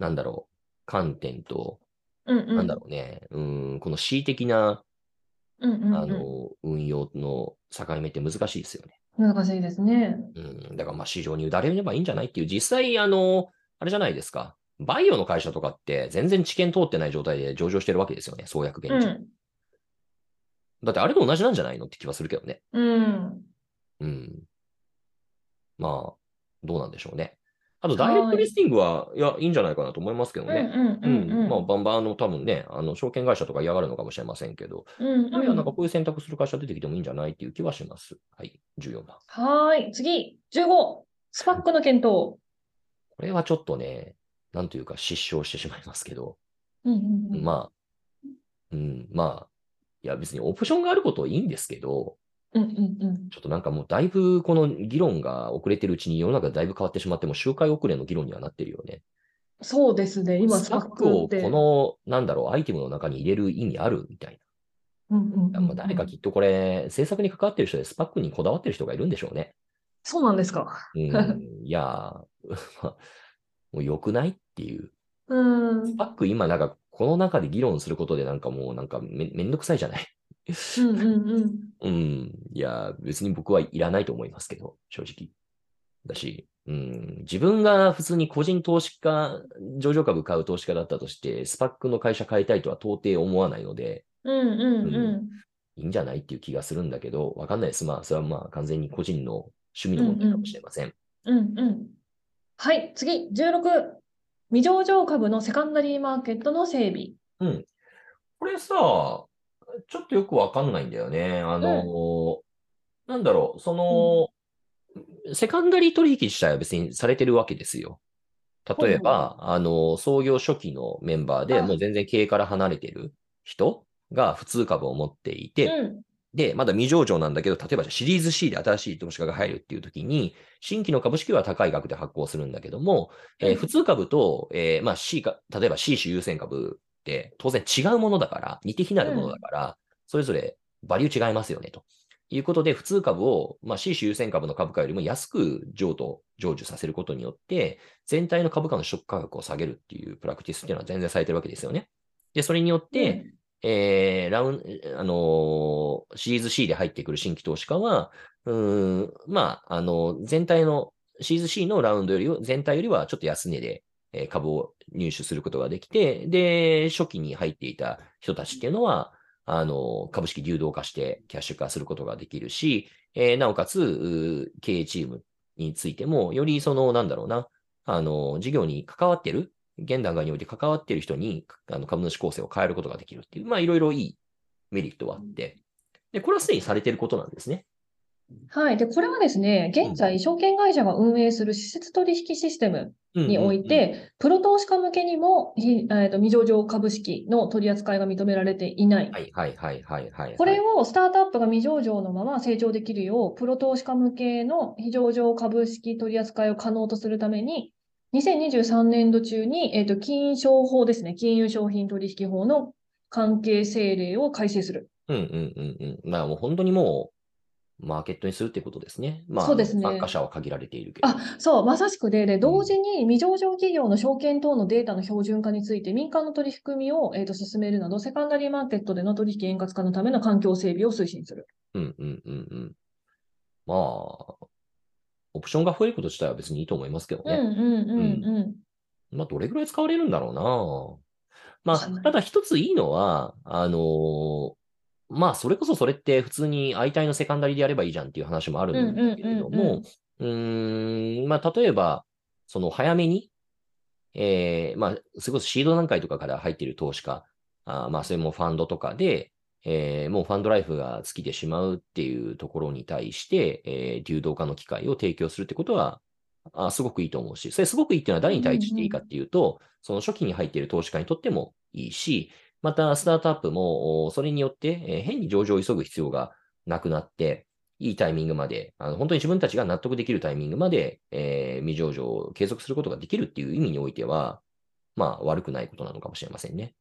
[SPEAKER 2] なんだろう、観点と、
[SPEAKER 1] うんうん。
[SPEAKER 2] なんだろうね、うん、この恣意的な、
[SPEAKER 1] うんうんうん。
[SPEAKER 2] あの、運用の境目って難しいですよね。
[SPEAKER 1] 難しいですね。
[SPEAKER 2] うん、だからまあ市場に委ねればいいんじゃないっていう、実際、あの、あれじゃないですか。バイオの会社とかって全然知見通ってない状態で上場してるわけですよね、創薬
[SPEAKER 1] う
[SPEAKER 2] 現地。
[SPEAKER 1] ん。
[SPEAKER 2] だってあれと同じなんじゃないのって気はするけどね。
[SPEAKER 1] うん。
[SPEAKER 2] うん。まあ、どうなんでしょうね。あと、ダイレクトリスティングは、いや、いいんじゃないかなと思いますけど
[SPEAKER 1] うんう
[SPEAKER 2] ね。
[SPEAKER 1] んうんうん。
[SPEAKER 2] まあ、バンバン、あの、多分ね、あの、証券会社とか嫌がるのかもしれませんけど、
[SPEAKER 1] うん
[SPEAKER 2] いや、なんか
[SPEAKER 1] うん
[SPEAKER 2] こういう選択する会社出てきてもいいんじゃないっていう気はします。はい、14番。
[SPEAKER 1] はーい。次、15。スパックの検討。
[SPEAKER 2] これはちょっとね、なんというか失笑してしまいますけど、
[SPEAKER 1] うんうんうん。
[SPEAKER 2] まあ、うん、まあ、いや、別にオプションがあることはいいんですけど、
[SPEAKER 1] うんうんうん。
[SPEAKER 2] ちょっとなんかもうだいぶこの議論が遅れてるうちに世の中だいぶ変わってしまって、もう周回遅れの議論にはなってるよね。
[SPEAKER 1] そうですね。今、
[SPEAKER 2] ス
[SPEAKER 1] ス
[SPEAKER 2] タ
[SPEAKER 1] パ
[SPEAKER 2] ッ
[SPEAKER 1] ッ
[SPEAKER 2] ク
[SPEAKER 1] ク
[SPEAKER 2] を
[SPEAKER 1] って。
[SPEAKER 2] この、なんだろう、アイテムの中に入れる意味あるみたい
[SPEAKER 1] うんうんうん
[SPEAKER 2] な。まあ、誰かきっとこれ、制作に関わってる人でスパックにこだわってる人がいるんでしょうね。
[SPEAKER 1] そうなんですか。
[SPEAKER 2] うん、いやー、 <laughs> まあもう良くないっていう。
[SPEAKER 1] うん。
[SPEAKER 2] スパック今なんか、この中で議論することでなんかもうなんかめめんどくさいじゃない。
[SPEAKER 1] うんうんうん。
[SPEAKER 2] うん。いや、別に僕はいらないと思いますけど、正直。だし、うん、自分が普通に個人投資家、上場株買う投資家だったとして、スパックの会社買いたいとは到底思わないので、
[SPEAKER 1] うんうんうん。
[SPEAKER 2] いいんじゃないっていう気がするんだけど、わかんないです。まあ、それはまあ完全に個人の趣味の問題かもしれません。
[SPEAKER 1] うんうん。はい、次、16。未上場株のセカンダリーマーケットの整備。
[SPEAKER 2] これさ、ちょっとよくわかんないんだよね。あの、なんだろう、その、セカンダリー取引自体は別にされてるわけですよ。例えば、あの、創業初期のメンバーで
[SPEAKER 1] あ
[SPEAKER 2] もう全然経営から離れてる人が普通株を持っていうて、
[SPEAKER 1] ん。
[SPEAKER 2] で、まだ未上場なんだけど、例えばじゃあシリーズ C で新しい投資家が入るっていう時に、新規の株式は高い額で発行するんだけども、えー
[SPEAKER 1] うん
[SPEAKER 2] 普通株と、えーまあ C か、例えば C 種優先株って当然違うものだから、似て非なるものだから、それぞれバリュー違いますよね、ということで、普通株を、まあ、C 種優先株の株価よりも安く譲渡、成就させることによって、全体の株価の取得価格を下げるっていうプラクティスっていうのは全然されてるわけですよね。で、それによって、えーラウン、あのーシリーズ C で入ってくる新規投資家は、うーん、まあ、あのー全体の、シリーズ C のラウンドよりは、全体よりはちょっと安値で、えー株を入手することができて、で、初期に入っていた人たちっていうのは、あのー株式流動化してキャッシュ化することができるし、えーなおかつ、うー経営チームについても、よりその、なんだろうな、あのー事業に関わってる現段階において関わっている人にあの株主構成を変えることができるっていう、まあ、いろいろいいメリットはあって、で、これはすでにされていることなんですね。
[SPEAKER 1] はい。で、これはですね、現
[SPEAKER 2] う
[SPEAKER 1] 在、証券会社が運営する施設取引システムにおい
[SPEAKER 2] うんうんうん、
[SPEAKER 1] て、プロ投資家向けにも、ひえーと未上場株式の取り扱いが認められていない。
[SPEAKER 2] はいはいはいはいはいはい。
[SPEAKER 1] これをスタートアップが未上場のまま成長できるよう、プロ投資家向けの非上場株式取り扱いを可能とするために、2023年度中に、えー、と金融商法ですね、金融商品取引法の関係政令を改正する。
[SPEAKER 2] うんうんうんうん。まあもう本当にもう、マーケットにするってことですね。まあ、
[SPEAKER 1] そうですね
[SPEAKER 2] 参加者は限られているけど。
[SPEAKER 1] あ、そう、まさしくで、で、同時に未上場企業の証券等のデータの標準化について、民間の取り組みを、えー、と進めるなど、セカンダリーマーケットでの取引円滑化のための環境整備を推進する。
[SPEAKER 2] うんうんうんうん。まあ、オプションが増えること自体は別にいいと思いますけど
[SPEAKER 1] うん
[SPEAKER 2] ね。
[SPEAKER 1] うんうんうん。
[SPEAKER 2] まあ、どれぐらい使われるんだろうな。ま
[SPEAKER 1] わかんな
[SPEAKER 2] あ、
[SPEAKER 1] い
[SPEAKER 2] ただ一ついいのは、あのーまあ、それこそそれって普通に相対のセカンダリでやればいいじゃんっていう話もあるんだけれども、うーん、まあ、例えば、その早めに、えー、まあ、それこそシード段階とかから入っている投資家、あーまあ、それもファンドとかで、えーもうファンドライフが尽きてしまうっていうところに対して、えー流動化の機会を提供するってことは、あすごくいいと思うし、それすごくいいっていうのは誰に対していいかっていうと、その初期に入っている投資家にとってもいいし、またスタートアップもおそれによって、えー変に上場を急ぐ必要がなくなって、いいタイミングまで、あの本当に自分たちが納得できるタイミングまで、えー未上場を継続することができるっていう意味においては、まあ悪くないことなのかもしれませんね。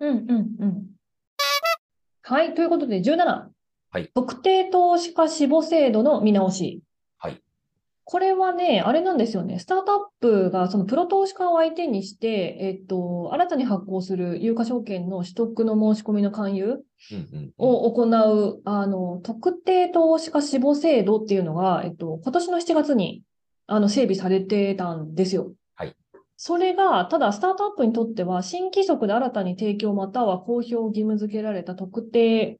[SPEAKER 1] うんうんうん。はい。ということで、17。
[SPEAKER 2] はい
[SPEAKER 1] 特定投資家死亡制度の見直し。
[SPEAKER 2] はい
[SPEAKER 1] これはね、あれなんですよね。スタートアップがそのプロ投資家を相手にして、えっと、新たに発行する有価証券の取得の申し込みの勧誘
[SPEAKER 2] うんうんうん
[SPEAKER 1] を行う、あの、特定投資家死亡制度っていうのが、えっと、今年の7月に、あの、整備されてたんですよ。
[SPEAKER 2] はい。
[SPEAKER 1] それが、ただ、スタートアップにとっては、新規則で新たに提供または公表を義務付けられた特定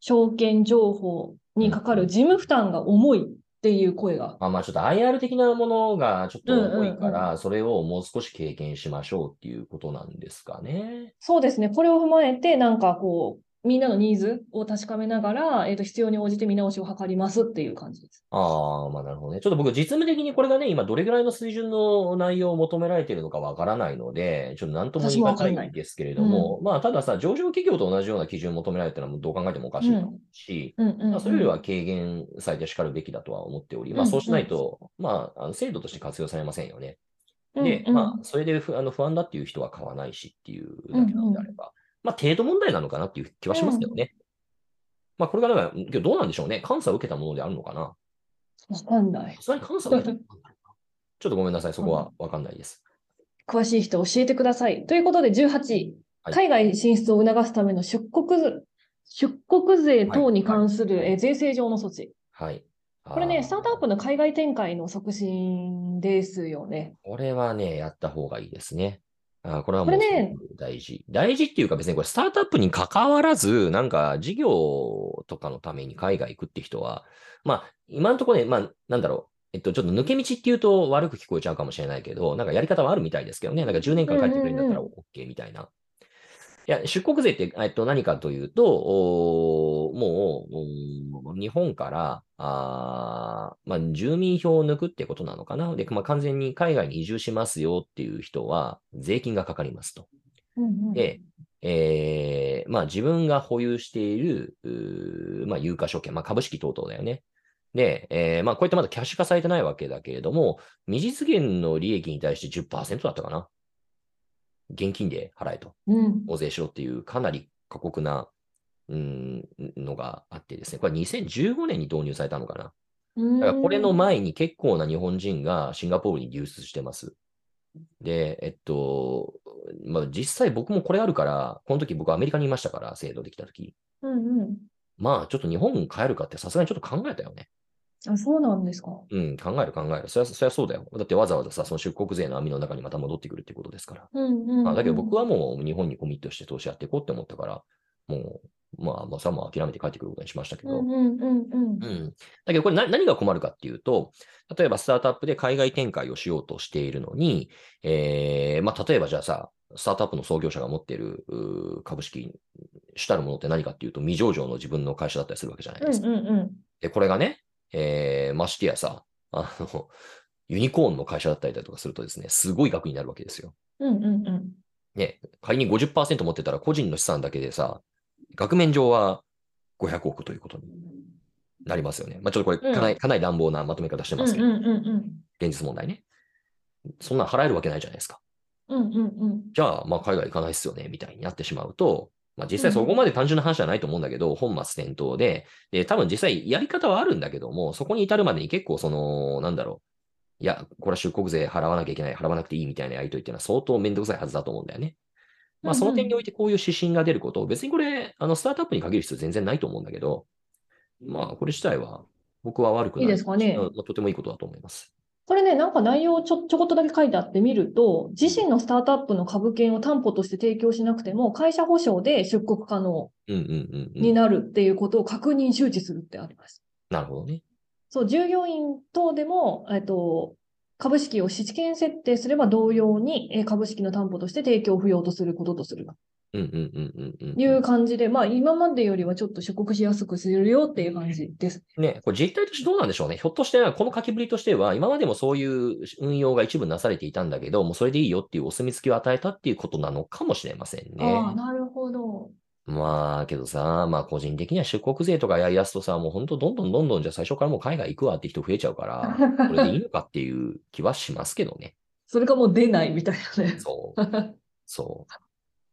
[SPEAKER 1] 証券情報にかかる事務負担が重いっていう声が。
[SPEAKER 2] まあまあちょっと IR 的なものがちょっと多いか
[SPEAKER 1] うん
[SPEAKER 2] ら、それをもう少し経験しましょうっていうことなんですかね。
[SPEAKER 1] そうですね。これを踏まえて、なんかこう、みんなのニーズを確かめながら、えっと、必要に応じて見直しを図りますっていう感じです。
[SPEAKER 2] ああ、まあなるほどね。ちょっと僕実務的にこれがね、今どれぐらいの水準の内容を求められているのかわからないので、ちょっと何とも言
[SPEAKER 1] 私
[SPEAKER 2] い
[SPEAKER 1] もわか
[SPEAKER 2] 難
[SPEAKER 1] んない
[SPEAKER 2] いんですけれども、まあたださ、上場企業と同じような基準を求められてるのはもうどう考えてもおかしいだろうし、
[SPEAKER 1] うんうんうん
[SPEAKER 2] まあ、それよりは軽減されてしかるべきだとは思っており、
[SPEAKER 1] う
[SPEAKER 2] まあ、
[SPEAKER 1] ん
[SPEAKER 2] そうしないと、まあ、あの制度として活用されませんよね。で
[SPEAKER 1] うん、うん
[SPEAKER 2] まあ、それで不あの不安だっていう人は買わないしっていうだけなのであれば、まあ、程度問題なのかなっていう気はしますけどね。まあ、これがだから、けどどうなんでしょうね。監査を受けたものであるのかな。
[SPEAKER 1] わかんない
[SPEAKER 2] さ。すがに監査を受けたものなんだろうなちょっとごめんなさい、そこはわかんないです。
[SPEAKER 1] 詳しい人教えてください。ということで18位、
[SPEAKER 2] はい
[SPEAKER 1] 海外進出を促すための出国税出国税等に関する、
[SPEAKER 2] はいはい
[SPEAKER 1] えー税制上の措置。
[SPEAKER 2] はい。こ
[SPEAKER 1] これね、スタートアップの海外展開の促進ですよね。
[SPEAKER 2] これはね、やった方がいいですね。あーこれは
[SPEAKER 1] これ
[SPEAKER 2] もう
[SPEAKER 1] ね
[SPEAKER 2] すごく大事、大事っていうか別にこれスタートアップに関わらず、なんか事業とかのために海外行くって人は、まあ今のところね、まあなんだろう。えっと、ちょっと抜け道っていうと悪く聞こえちゃうかもしれないけど、なんかやり方はあるみたいですけどね。なんか10年間帰ってくれるんだったら
[SPEAKER 1] うん
[SPEAKER 2] OK みたいな。いや、出国税って、えっと、何かというと、おーもう、おー日本から、あーまあ、住民票を抜くってことなのかな。で、まあ、完全に海外に移住しますよっていう人は、税金がかかりますと。
[SPEAKER 1] うんうん
[SPEAKER 2] でえーまあ、自分が保有している、うーまあ、有価証券、まあ、株式等々だよね。で、えーまあ、こういったまだキャッシュ化されてないわけだけれども、未実現の利益に対して10%だったかな。現金で払えと。
[SPEAKER 1] うん
[SPEAKER 2] 納税しろっていうかなり過酷な、うん、のがあってですね、これ2015年に導入されたのかな。だからこれの前に結構な日本人がシンガポールに流出してます。で、えっと、まあ、実際僕もこれあるから、この時僕アメリカにいましたから、制度できた時。
[SPEAKER 1] うんうん
[SPEAKER 2] まあ、ちょっと日本帰るかってさすがにちょっと考えたよね。
[SPEAKER 1] あそうなんですか。
[SPEAKER 2] うん、考える考える。そりゃそりゃそうだよ。だってわざわざさ、その出国税の網の中にまた戻ってくるってことですから。
[SPEAKER 1] うんうんうん
[SPEAKER 2] まあ、だけど僕はもう日本にコミットして投資やっていこうって思ったから、もう、まあ、まあ、それはもう諦めて帰ってくることにしましたけ
[SPEAKER 1] う
[SPEAKER 2] ど、
[SPEAKER 1] んうんうんうん
[SPEAKER 2] うん。だけど、これな何が困るかっていうと、例えばスタートアップで海外展開をしようとしているのに、えーまあ、例えばじゃあさ、スタートアップの創業者が持っているうー株式、主たるものって何かっていうと、未上場の自分の会社だったりするわけじゃないですか。
[SPEAKER 1] うんうん
[SPEAKER 2] で、これがね、えーましてやさ、あの、ユニコーンの会社だったりだとかするとですね、すごい額になるわけですよ。
[SPEAKER 1] うんうんうんうん
[SPEAKER 2] ね、仮に50%持ってたら個人の資産だけでさ、額面上は500億ということになりますよね。まあ、ちょっとこれ
[SPEAKER 1] うん
[SPEAKER 2] かなり、かなり乱暴なまとめ方して
[SPEAKER 1] うん
[SPEAKER 2] ますけど、
[SPEAKER 1] うんうん
[SPEAKER 2] 現実問題ね。そんなん払えるわけないじゃないですか。
[SPEAKER 1] うんうんうん
[SPEAKER 2] じゃあ、まあ、海外行かないっすよね、みたいになってしまうと、まあ、実際そこまで単純な話じゃないと思うんだけど、本末転倒で、で、多分実際やり方はあるんだけども、そこに至るまでに結構その、なんだろう。いや、これは出国税払わなきゃいけない、払わなくていいみたいなやりとりっていうのは相当めんどくさいはずだと思うんだよね。まあ、その点においてこういう指針が出ること、別にこれ、あの、スタートアップに限る必要全然ないと思うんだけど、まあ、これ自体は、僕は悪くない。
[SPEAKER 1] いいですかね
[SPEAKER 2] うんまあとてもいいことだと思います。
[SPEAKER 1] これね、なんか内容をちょ、ちょこっとだけ書いてあってみると、自身のスタートアップの株券を担保として提供しなくても、会社保証で出国可能
[SPEAKER 2] うんうんうん、う
[SPEAKER 1] に
[SPEAKER 2] ん。
[SPEAKER 1] なるっていうことを確認周知するってあります。
[SPEAKER 2] なるほどね。
[SPEAKER 1] そう、従業員等でも、えっと、株式を試験設定すれば同様に、えー株式の担保として提供を不要とすることとする。
[SPEAKER 2] うんうんうんうんうん。
[SPEAKER 1] いう感じで、まあ今までよりはちょっと出国しやすくするよっていう感じです。
[SPEAKER 2] ね、これ実態としてどうなんでしょうね。ひょっとして、この書きぶりとしては、今までもそういう運用が一部なされていたんだけど、もうそれでいいよっていうお墨付きを与えたっていうことなのかもしれませんね
[SPEAKER 1] あ。あ、なるほど。
[SPEAKER 2] まあ、けどさ、まあ個人的には出国税とかやり出すとさ、もう本当どんどんどんどんじゃあ最初からもう海外行くわって人増えちゃ
[SPEAKER 1] <laughs>
[SPEAKER 2] うから、これでいいのかっていう気はしますけどね。
[SPEAKER 1] それかもう出ないみたいなね。
[SPEAKER 2] そう。そ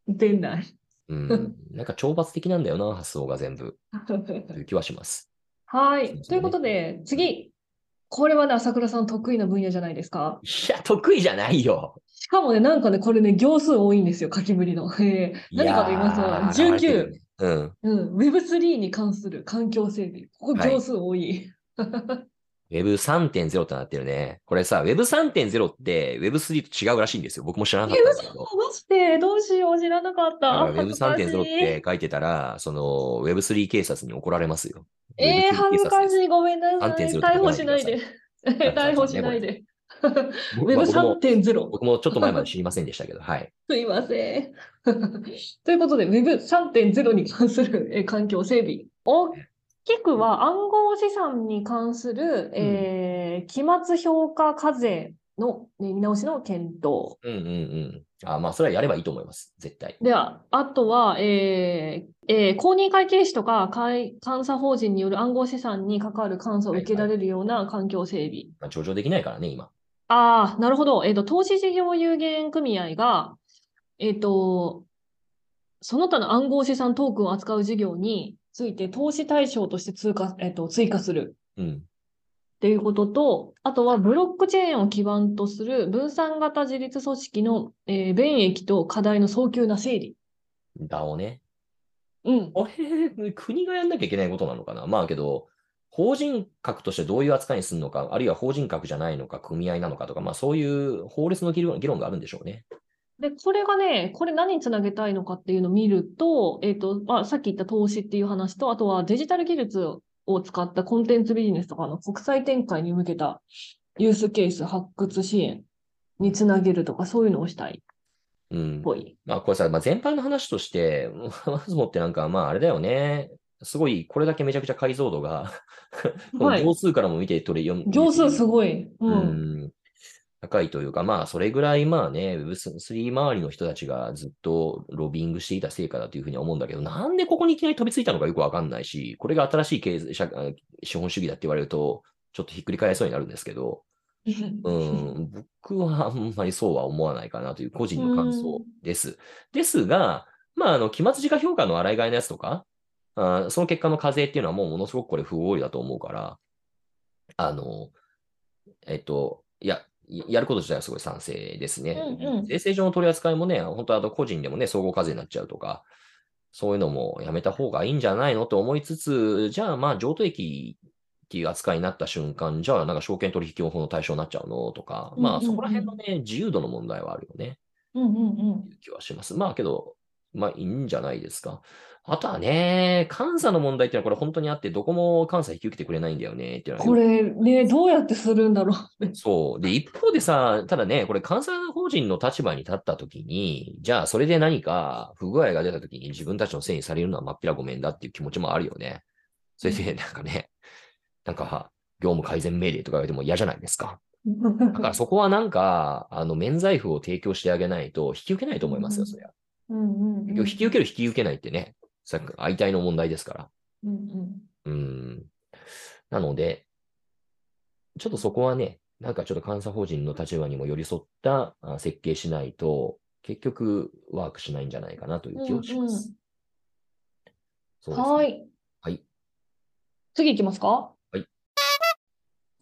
[SPEAKER 1] 出ない。
[SPEAKER 2] <laughs> う。うん。なんか懲罰的なんだよな、発想が全部。という気はします。
[SPEAKER 1] はい。ということで、次。これはね、朝倉さん得意な分野じゃないですか。
[SPEAKER 2] いや、得意じゃないよ。
[SPEAKER 1] しかもね、なんかね、これね、行数多いんですよ、書きぶりの。えー何かと言いますと、
[SPEAKER 2] いやー。現れて
[SPEAKER 1] 19
[SPEAKER 2] る、ねうん。
[SPEAKER 1] うん、Web3 に関する環境整備。ここ
[SPEAKER 2] はい
[SPEAKER 1] 行数多い。
[SPEAKER 2] Web3.0 となってるね。これさ、Web3.0 って Web3 と違うらしいんですよ。僕も知らな
[SPEAKER 1] え、
[SPEAKER 2] かったん
[SPEAKER 1] 嘘
[SPEAKER 2] だけど。
[SPEAKER 1] マジで、どうしよう、知らなかった。
[SPEAKER 2] だから
[SPEAKER 1] 恥ずかしい
[SPEAKER 2] Web3.0 って書いてたら、その Web3 警察に怒られますよ。
[SPEAKER 1] えー、
[SPEAKER 2] Web3
[SPEAKER 1] 恥ずかし
[SPEAKER 2] 警
[SPEAKER 1] い。ごめんなさい。
[SPEAKER 2] 3.0
[SPEAKER 1] 逮捕しない
[SPEAKER 2] <laughs>
[SPEAKER 1] で。
[SPEAKER 2] ださい
[SPEAKER 1] <laughs> 逮捕しないで。
[SPEAKER 2] 察です。僕まあ僕も
[SPEAKER 1] Web3.0。
[SPEAKER 2] 僕もちょっと前まで知りませんでしたけど、
[SPEAKER 1] <laughs>
[SPEAKER 2] はい。
[SPEAKER 1] すいません。ということで、Web3.0 に関する、えー環境整備。大きくは暗号資産に関する、えー期末評価課税の、ね見直しの検討。
[SPEAKER 2] うんうんうん。あまあ、それはやればいいと思います。絶対。
[SPEAKER 1] では、あとは、えーえー公認会計士とか会監査法人による暗号資産に関わる監査を受けられるような環境整備。
[SPEAKER 2] まあ、上場できないからね、今。
[SPEAKER 1] ああ、なるほど。えっ、と、投資事業有限組合が、えっ、と、その他の暗号資産トークンを扱う事業について投資対象として通過、えっ、と、追加する。
[SPEAKER 2] うん。
[SPEAKER 1] っていうことと、あとはブロックチェーンを基盤とする分散型自立組織の、えー便益と課題の早急な整理。
[SPEAKER 2] だをね。
[SPEAKER 1] うん。
[SPEAKER 2] あれ、国がやんなきゃいけないことなのかな。まあけど、法人格としてどういう扱いにするのか、あるいは法人格じゃないのか、組合なのかとか、まあそういう法律の議論議論があるんでしょうね。
[SPEAKER 1] で、これがね、これ何につなげたいのかっていうのを見ると、えっと、まあ、さっき言った投資っていう話と、あとはデジタル技術を使ったコンテンツビジネスとかの国際展開に向けたユースケース発掘支援につなげるとか、そういうのをしたいっ
[SPEAKER 2] うん。
[SPEAKER 1] ぽい。
[SPEAKER 2] まあこれさ、まあ、全般の話として、まずもってなんか、まああれだよね。すごい、これだけめちゃくちゃ解像度が、こ
[SPEAKER 1] は
[SPEAKER 2] の
[SPEAKER 1] い
[SPEAKER 2] 行数からも見て取れ、読む
[SPEAKER 1] 行数すごい。う。
[SPEAKER 2] うんん、高いというか、まあ、それぐらい、まあね、Web3 周りの人たちがずっとロビングしていた成果だというふうには思うんだけど、なんでここにいきなり飛びついたのかよくわかんないし、これが新しい経済社資本主義だって言われると、ちょっとひっくり返りそうになるんですけど、うん、僕はあんまりそうは思わないかな
[SPEAKER 1] <laughs>
[SPEAKER 2] という個人の感想です。ですが、まあ、あの、期末時価評価の洗い替えのやつとか、あーその結果の課税っていうのはもうものすごくこれ不合理だと思うから、あの、えっと、いや、ややること自体はすごい賛成ですね。
[SPEAKER 1] うんうん
[SPEAKER 2] 税制上の取り扱いもね、本当はあと個人でもね、総合課税になっちゃうとか、そういうのもやめた方がいいんじゃないのと思いつつ、じゃあまあ譲渡益っていう扱いになった瞬間、じゃあなんか証券取引法の対象になっちゃうのとか、
[SPEAKER 1] う
[SPEAKER 2] まあ
[SPEAKER 1] んうんうん
[SPEAKER 2] そこら辺のね、自由度の問題はあるよね、
[SPEAKER 1] うんうんうん。
[SPEAKER 2] 気はします。まあけど、まあいいんじゃないですか。あとはね、監査の問題っていうのはこれ本当にあって、どこも監査引き受けてくれないんだよねっていうのはよ
[SPEAKER 1] こ
[SPEAKER 2] く
[SPEAKER 1] れね、どうやってするんだろうって。
[SPEAKER 2] そう。で、一方でさ、ただね、これ、監査法人の立場に立ったときに、じゃあ、それで何か不具合が出たときに自分たちのせいにされるのはまっぴらごめんだっていう気持ちもあるよね。それで、なんかね、なんか、業務改善命令とか言われても嫌じゃないですか。だからそこはなんか、あの、免罪符を提供してあげないと引き受けないと思いますよ、そりゃ。
[SPEAKER 1] うんうんうん
[SPEAKER 2] 引き受ける、引き受けないってね、さっき、相対の問題ですから。
[SPEAKER 1] うんうん
[SPEAKER 2] うん。なので、ちょっとそこはね、なんかちょっと監査法人の立場にも寄り添ったあ設計しないと、結局ワークしないんじゃないかなという気がします。そうですね
[SPEAKER 1] はーい。
[SPEAKER 2] はい。
[SPEAKER 1] 次いきますか。
[SPEAKER 2] はい。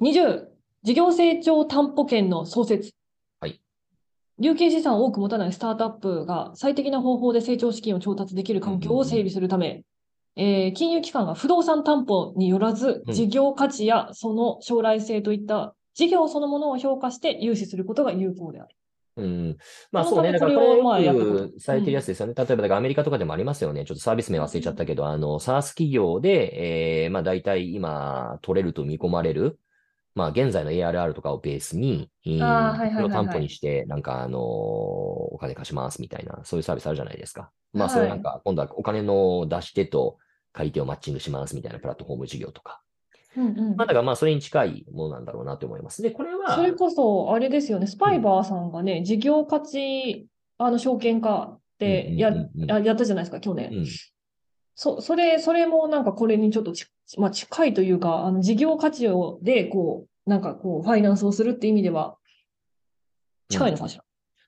[SPEAKER 1] 20、事業成長担保権の創設。
[SPEAKER 2] はい。
[SPEAKER 1] 有形資産を多く持たないスタートアップが最適な方法で成長資金を調達できる環境を整備するため、えー金融機関が不動産担保によらず、
[SPEAKER 2] うん
[SPEAKER 1] 事業価値やその将来性といった事業そのものを評価して融資することが有効である。
[SPEAKER 2] うん。まあ
[SPEAKER 1] そ
[SPEAKER 2] そう
[SPEAKER 1] の
[SPEAKER 2] ね。
[SPEAKER 1] ため
[SPEAKER 2] だから
[SPEAKER 1] これ
[SPEAKER 2] こ
[SPEAKER 1] を
[SPEAKER 2] れ
[SPEAKER 1] まあや
[SPEAKER 2] よ
[SPEAKER 1] ったこと
[SPEAKER 2] くされてるやつですよね。例えば、だからアメリカとかでもありますよね。ちょっとサービス名忘れちゃったけど、あの、SaaS 企業で、えーまあ大体今取れると見込まれる、まあ、現在の ARR とかをベースに、うん
[SPEAKER 1] あーはいはいはいはい
[SPEAKER 2] それを担保にして、なんか、あのーお金貸しますみたいな、そういうサービスあるじゃないですか。まあ、
[SPEAKER 1] はい
[SPEAKER 2] それなんか、今度はお金の出し手と借り手をマッチングしますみたいなプラットフォーム事業とか。
[SPEAKER 1] うんうん
[SPEAKER 2] まあ、だから、まあ、それに近いものなんだろうなと思います。で、これは
[SPEAKER 1] そ、れこそ、あれですよね、スパイバーさんがね、事業価値あの証券化でや,、
[SPEAKER 2] うんうんうんうん
[SPEAKER 1] あやったじゃないですか、去年。
[SPEAKER 2] うん、
[SPEAKER 1] そそれそれもなんかこれにちょっとち、まあ、近いというか、あの事業価値をでこう、なんかこう、ファイナンスをするって意味では、近いのかしら。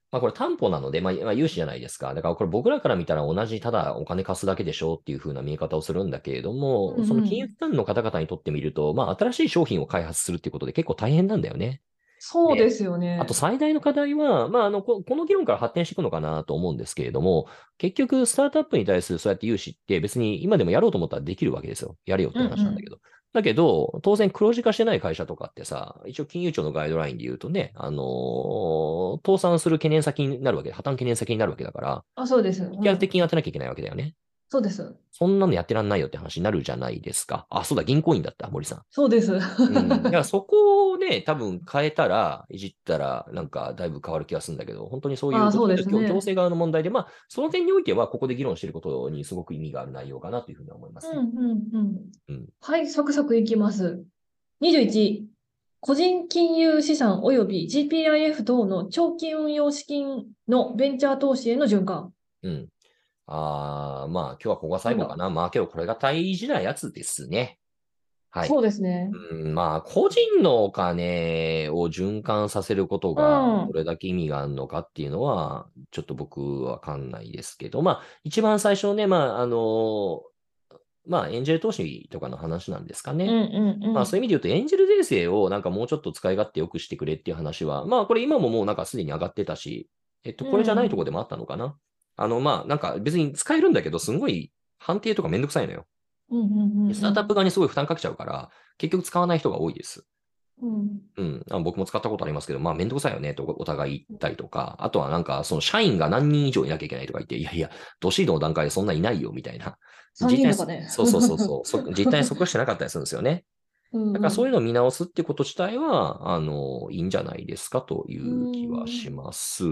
[SPEAKER 2] まあ、これ担保なので、まあ、まあ融資じゃないですか。だからこれ僕らから見たら同じ、ただお金貸すだけでしょっていう風な見え方をするんだけれども、
[SPEAKER 1] うんうん
[SPEAKER 2] その金融機関の方々にとってみると、まあ、新しい商品を開発するっていうことで結構大変なんだよね。
[SPEAKER 1] そうですよね。
[SPEAKER 2] あと最大の課題は、まあ、あの、ここの議論から発展していくのかなと思うんですけれども、結局、スタートアップに対するそうやって融資って別に今でもやろうと思ったらできるわけですよ。やれよって話なんだけど。だけど、当然黒字化してない会社とかってさ、一応金融庁のガイドラインで言うとね、あのー倒産する懸念先になるわけで、破綻懸念先になるわけだから、
[SPEAKER 1] あそうです。うん
[SPEAKER 2] 規約的に当てなきゃいけないわけだよね。
[SPEAKER 1] そうです。
[SPEAKER 2] そんなのやってらんないよって話になるじゃないですか。あ、そうだ、銀行員だった、森さん。
[SPEAKER 1] そうです。
[SPEAKER 2] うんだからそこをね、多分変えたら、いじったら、なんかだいぶ変わる気がするんだけど、本当にそういう
[SPEAKER 1] あーそうですね
[SPEAKER 2] どっちかというと行政側の問題で、まあ、その点においては、ここで議論していることにすごく意味がある内容かなというふうに思います、
[SPEAKER 1] うん
[SPEAKER 2] ね
[SPEAKER 1] うんうん
[SPEAKER 2] うん
[SPEAKER 1] はい、サクサクいきます。21、個人金融資産及び GPIF 等の長期運用資金のベンチャー投資への循環。
[SPEAKER 2] うん。ああ、まあ、今日はここが最後かな。まあ、けどこれが大事なやつですね。はい。
[SPEAKER 1] そうですね。
[SPEAKER 2] うん、まあ、個人のお金を循環させること
[SPEAKER 1] う
[SPEAKER 2] が
[SPEAKER 1] ん、
[SPEAKER 2] どれだけ意味があるのかっていうのは、ちょっと僕わかんないですけど、まあ、一番最初ね、まあ、あの、まあ、エンジェル投資とかの話なんですか
[SPEAKER 1] う
[SPEAKER 2] ね。
[SPEAKER 1] んうんうん。
[SPEAKER 2] まあ、そういう意味で言うと、エンジェル税制をなんかもうちょっと使い勝手よくしてくれっていう話は、まあ、これ今ももうなんかすでに上がってたし、えっと、これじゃないとこでもあったのかな。あの、まあ、なんか別に使えるんだけど、すんごい判定とかめんどくさいのよ。
[SPEAKER 1] うんうんうんうん
[SPEAKER 2] スタートアップ側にすごい負担かけちゃうから、結局使わない人が多いです。
[SPEAKER 1] うん
[SPEAKER 2] うん、あ僕も使ったことありますけど、まあ、めんどくさいよねとおお互い言ったりとか、あとはなんか、その社員が何人以上いなきゃいけないとか言って、いやいや、どシードの段階でそんないないよみたいな。
[SPEAKER 1] 三人
[SPEAKER 2] 実態
[SPEAKER 1] とかね <laughs>
[SPEAKER 2] そうそうそうそうそ。実態に即してなかったりするんですよね。
[SPEAKER 1] うん。
[SPEAKER 2] だからそういううのを見直すってこと自体は、あの、いいんじゃないですかという気はします。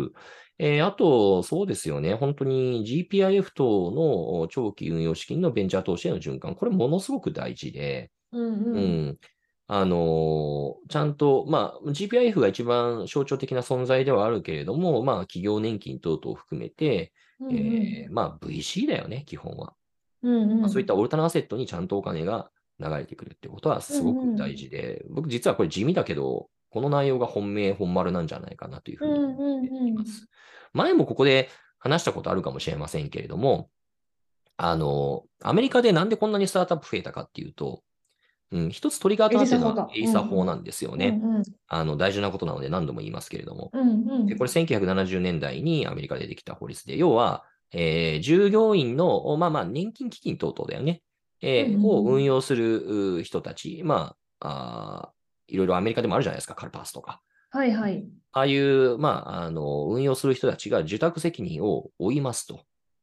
[SPEAKER 2] えーあと、そうですよね。本当に GPIF 等の長期運用資金のベンチャー投資への循環、これものすごく大事で、
[SPEAKER 1] んうん
[SPEAKER 2] う
[SPEAKER 1] うん
[SPEAKER 2] んあのーちゃんと、まあ、GPIF が一番象徴的な存在ではあるけれども、まあ、企業年金等々を含めて、
[SPEAKER 1] うん
[SPEAKER 2] えーまあ、VC だよね、基本は。
[SPEAKER 1] うん
[SPEAKER 2] ま
[SPEAKER 1] う
[SPEAKER 2] あ
[SPEAKER 1] ん。
[SPEAKER 2] そういったオルタナアセットにちゃんとお金が流れてくるってことはすごく大事で、僕実はこれ地味だけど、この内容が本命本丸なんじゃないかなというふうに思っています。前もここで話したことあるかもしれませんけれども、あの、アメリカでなんでこんなにスタートアップ増えたかっていうと、うん、一つトリガーとなってるのは
[SPEAKER 1] エ
[SPEAKER 2] エ
[SPEAKER 1] リ
[SPEAKER 2] イ
[SPEAKER 1] サ
[SPEAKER 2] サ
[SPEAKER 1] 法
[SPEAKER 2] 法なんですよね。
[SPEAKER 1] うん
[SPEAKER 2] あの、大事なことなので何度も言いますけれども。
[SPEAKER 1] うんうんうん
[SPEAKER 2] で、これ1970年代にアメリカでできた法律で、要は、えー従業員の、まあまあ、年金基金等々だよね、えー
[SPEAKER 1] うんうん
[SPEAKER 2] を運用するう人たち、まああー、いろいろアメリカでもあるじゃないですか、カルパスとか。
[SPEAKER 1] はいはい。
[SPEAKER 2] ああいう、まあ、あの、運用する人たちが受託責任を負いますと。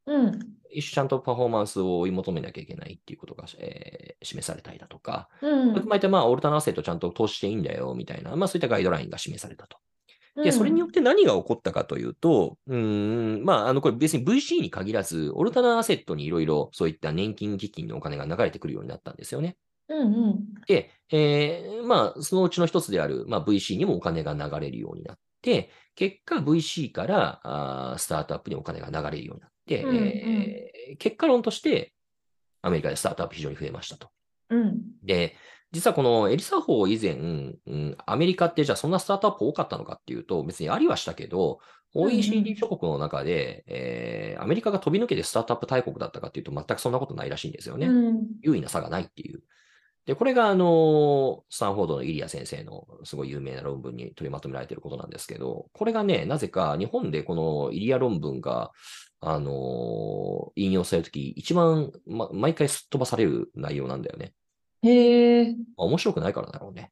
[SPEAKER 1] うん
[SPEAKER 2] 一種ちゃんとパフォーマンスを追い求めなきゃいけないっていうことが、えー示されたりだとか、
[SPEAKER 1] うん
[SPEAKER 2] 踏まえて、まあ、オルタナアセットちゃんと投資していいんだよ、みたいな、まあ、そういったガイドラインが示されたと。
[SPEAKER 1] うん
[SPEAKER 2] で、それによって何が起こったかというと、うーん、まあ、あの、これ別に VC に限らず、オルタナアセットにいろいろそういった年金基金のお金が流れてくるようになったんですよね。
[SPEAKER 1] うんうん
[SPEAKER 2] で、えーまあ、そのうちの一つである、まあ、VC にもお金が流れるようになって、結果 VC からあースタートアップにお金が流れるようになって、
[SPEAKER 1] うんうん
[SPEAKER 2] えー結果論として、アメリカでスタートアップ非常に増えましたと。
[SPEAKER 1] うん
[SPEAKER 2] で、実はこのエリサ法以前、うん、アメリカってじゃあそんなスタートアップ多かったのかっていうと、別にありはしたけど、
[SPEAKER 1] うんうん
[SPEAKER 2] OECD 諸国の中で、えーアメリカが飛び抜けてスタートアップ大国だったかっていうと、全くそんなことないらしいんですよね。
[SPEAKER 1] うん
[SPEAKER 2] 優位な差がないっていう。で、これが、あの、スタンフォードのイリア先生のすごい有名な論文に取りまとめられていることなんですけど、これがね、なぜか日本でこのイリア論文が、あの、引用されるとき、一番、ま、毎回すっ飛ばされる内容なんだよね。
[SPEAKER 1] へえ。
[SPEAKER 2] まあ、面白くないからだろうね。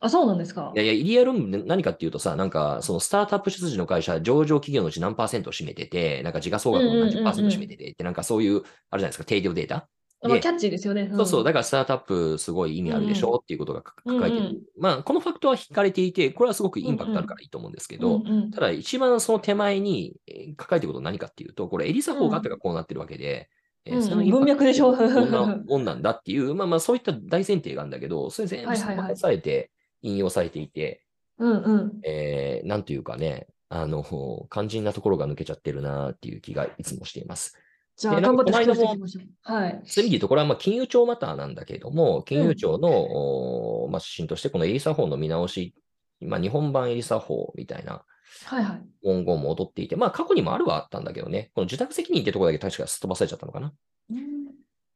[SPEAKER 1] あ、そうなんですか
[SPEAKER 2] いやいや、イリア論文ね何かっていうとさ、なんか、そのスタートアップ出自の会社、上場企業のうち何パーセントを占めてて、なんか時価総額の何十パーセントを占めててって、なんかそういう、あるじゃないですか、定量データ
[SPEAKER 1] まあ、キャッチーですよね。
[SPEAKER 2] そうそう、
[SPEAKER 1] だ
[SPEAKER 2] だからスタートアップすごい意味あるでしょっていうことが書書いて
[SPEAKER 1] うんう
[SPEAKER 2] る
[SPEAKER 1] ん。
[SPEAKER 2] まあ、このファクトは引かれていて、これはすごくインパクトあるからいいと思うんですけ
[SPEAKER 1] うんう
[SPEAKER 2] ど、
[SPEAKER 1] ん
[SPEAKER 2] ただ一番その手前にえー書かれてることは何かっていうと、これエリサ法があったからこうなってるわけで、えー
[SPEAKER 1] うんうん
[SPEAKER 2] そのインパク
[SPEAKER 1] 文脈
[SPEAKER 2] ト
[SPEAKER 1] でしょ
[SPEAKER 2] こんなもんなんだっていう、まあまあそういった大前提があるんだけど、それ全
[SPEAKER 1] は
[SPEAKER 2] 部
[SPEAKER 1] いはいはい
[SPEAKER 2] さされて引用されていて、
[SPEAKER 1] <laughs> うんうん。
[SPEAKER 2] えーなんというかね、あの、肝心なところが抜けちゃってるなっていう気がいつもしています。
[SPEAKER 1] じゃあ、
[SPEAKER 2] でな
[SPEAKER 1] 頑
[SPEAKER 2] ん
[SPEAKER 1] 張
[SPEAKER 2] か
[SPEAKER 1] って
[SPEAKER 2] こ
[SPEAKER 1] 引
[SPEAKER 2] の
[SPEAKER 1] き寄
[SPEAKER 2] 間も
[SPEAKER 1] せていきましょう。はい。
[SPEAKER 2] そういう意味で言うと、これはまあ金融庁マターなんだけれども、金融庁の、おーまあ、指針として、このエリサ法の見直し、まあ、日本版エリサ法みたいな
[SPEAKER 1] はいはい。
[SPEAKER 2] 文言も踊っていて、まあ、過去にもあるはあったんだけどね、この受託責任ってところだけ確かすっ飛ばされちゃったのかな。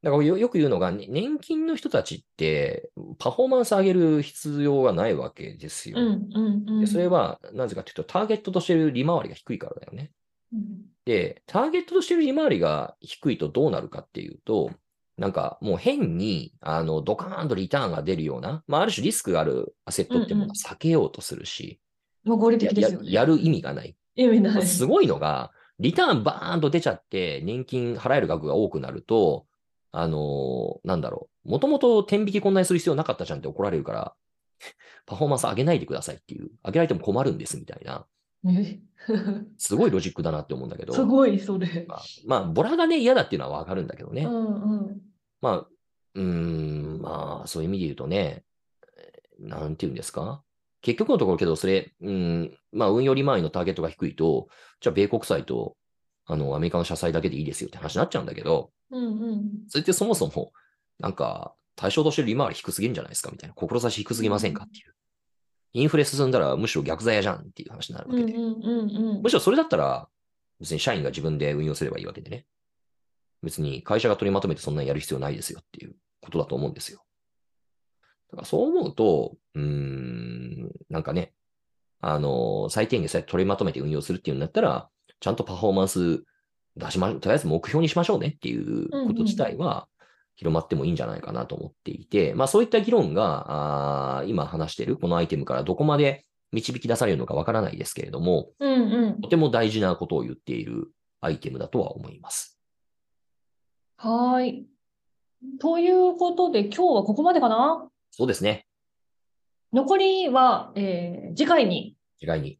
[SPEAKER 2] だからよよく言うのが、ね年金の人たちって、パフォーマンス上げる必要がないわけですよ。
[SPEAKER 1] うんうんうん。
[SPEAKER 2] でそれは、なぜかというと、ターゲットとしている利回りが低いからだよね。
[SPEAKER 1] うん
[SPEAKER 2] で、ターゲットとしてる利回りが低いとどうなるかっていうと、なんかもう変にあのドカーンとリターンが出るような、まあ、ある種リスクがあるアセットっていうものは避けようとするし、
[SPEAKER 1] もう合理的で
[SPEAKER 2] や
[SPEAKER 1] すよね。
[SPEAKER 2] ややる意味がない。
[SPEAKER 1] 意味ない。
[SPEAKER 2] すごいのが、リターンバーンと出ちゃって、年金払える額が多くなると、あのーなんだろう、もともと天引きこんなにする必要なかったじゃんって怒られるから、 <laughs> パフォーマンス上げないでくださいっていう、上げられても困るんですみたいな、
[SPEAKER 1] ね
[SPEAKER 2] すごいロジックだなって思うんだけ
[SPEAKER 1] <laughs>
[SPEAKER 2] ど。
[SPEAKER 1] すごい、それ。
[SPEAKER 2] まあ、まあ、ボラがね、嫌だっていうのはわかるんだけどね。
[SPEAKER 1] うんうん。
[SPEAKER 2] まあ、うーん、まあ、そういう意味で言うとね、えーなんていうんですか。結局のところけど、それ、うん、まあ、運用利回りのターゲットが低いと、じゃあ、米国債と、あの、アメリカの社債だけでいいですよって話になっちゃうんだけど、
[SPEAKER 1] うんうん。
[SPEAKER 2] それってそもそも、なんか、対象としてる利回り低すぎるんじゃないですかみたいな、志低すぎませんかっていう。インフレ進んだらむしろ逆剤やじゃんっていう話になるわ
[SPEAKER 1] うん
[SPEAKER 2] け
[SPEAKER 1] うん
[SPEAKER 2] で。
[SPEAKER 1] うんうん
[SPEAKER 2] む。しろそれだったら、別に社員が自分で運用すればいいわけでね。別に会社が取りまとめてそんなにやる必要ないですよっていうことだと思うんですよ。だからそう思うと、うーん、なんかね、あの、最低限さえ取りまとめて運用するっていうんだったら、ちゃんとパフォーマンス出しま、とりあえず目標にしましょうねっていうこと自体は広まってもいいんじゃないかなと思っていて、まあそういった議論が、あー今話しているこのアイテムからどこまで導き出されるのかわからないですけれども、
[SPEAKER 1] うんうん
[SPEAKER 2] と。ても大事なことを言っているアイテムだとは思います。
[SPEAKER 1] はーい。ということで、今日はここまでかな
[SPEAKER 2] そうですね。
[SPEAKER 1] 残りは、えー次回に
[SPEAKER 2] 意外に。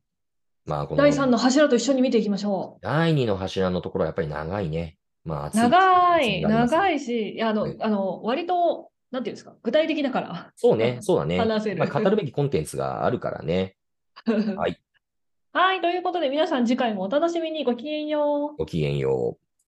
[SPEAKER 2] まあ、この
[SPEAKER 1] 第3の柱と一緒に見ていきましょ
[SPEAKER 2] 第二の柱のところはやっぱり長いね。まあ、
[SPEAKER 1] う。長
[SPEAKER 2] 暑
[SPEAKER 1] い、
[SPEAKER 2] 暑になります
[SPEAKER 1] 長いし、いやあの、
[SPEAKER 2] ね
[SPEAKER 1] あの、割と、なんていうんですか、具体的だから。
[SPEAKER 2] そうね、そうだね。
[SPEAKER 1] 話せる
[SPEAKER 2] まあ、語るべきコンテンツがあるからね。い
[SPEAKER 1] <laughs> はい。ということで、皆さん次回もお楽しみにごきげんよう。
[SPEAKER 2] ごきげんよう。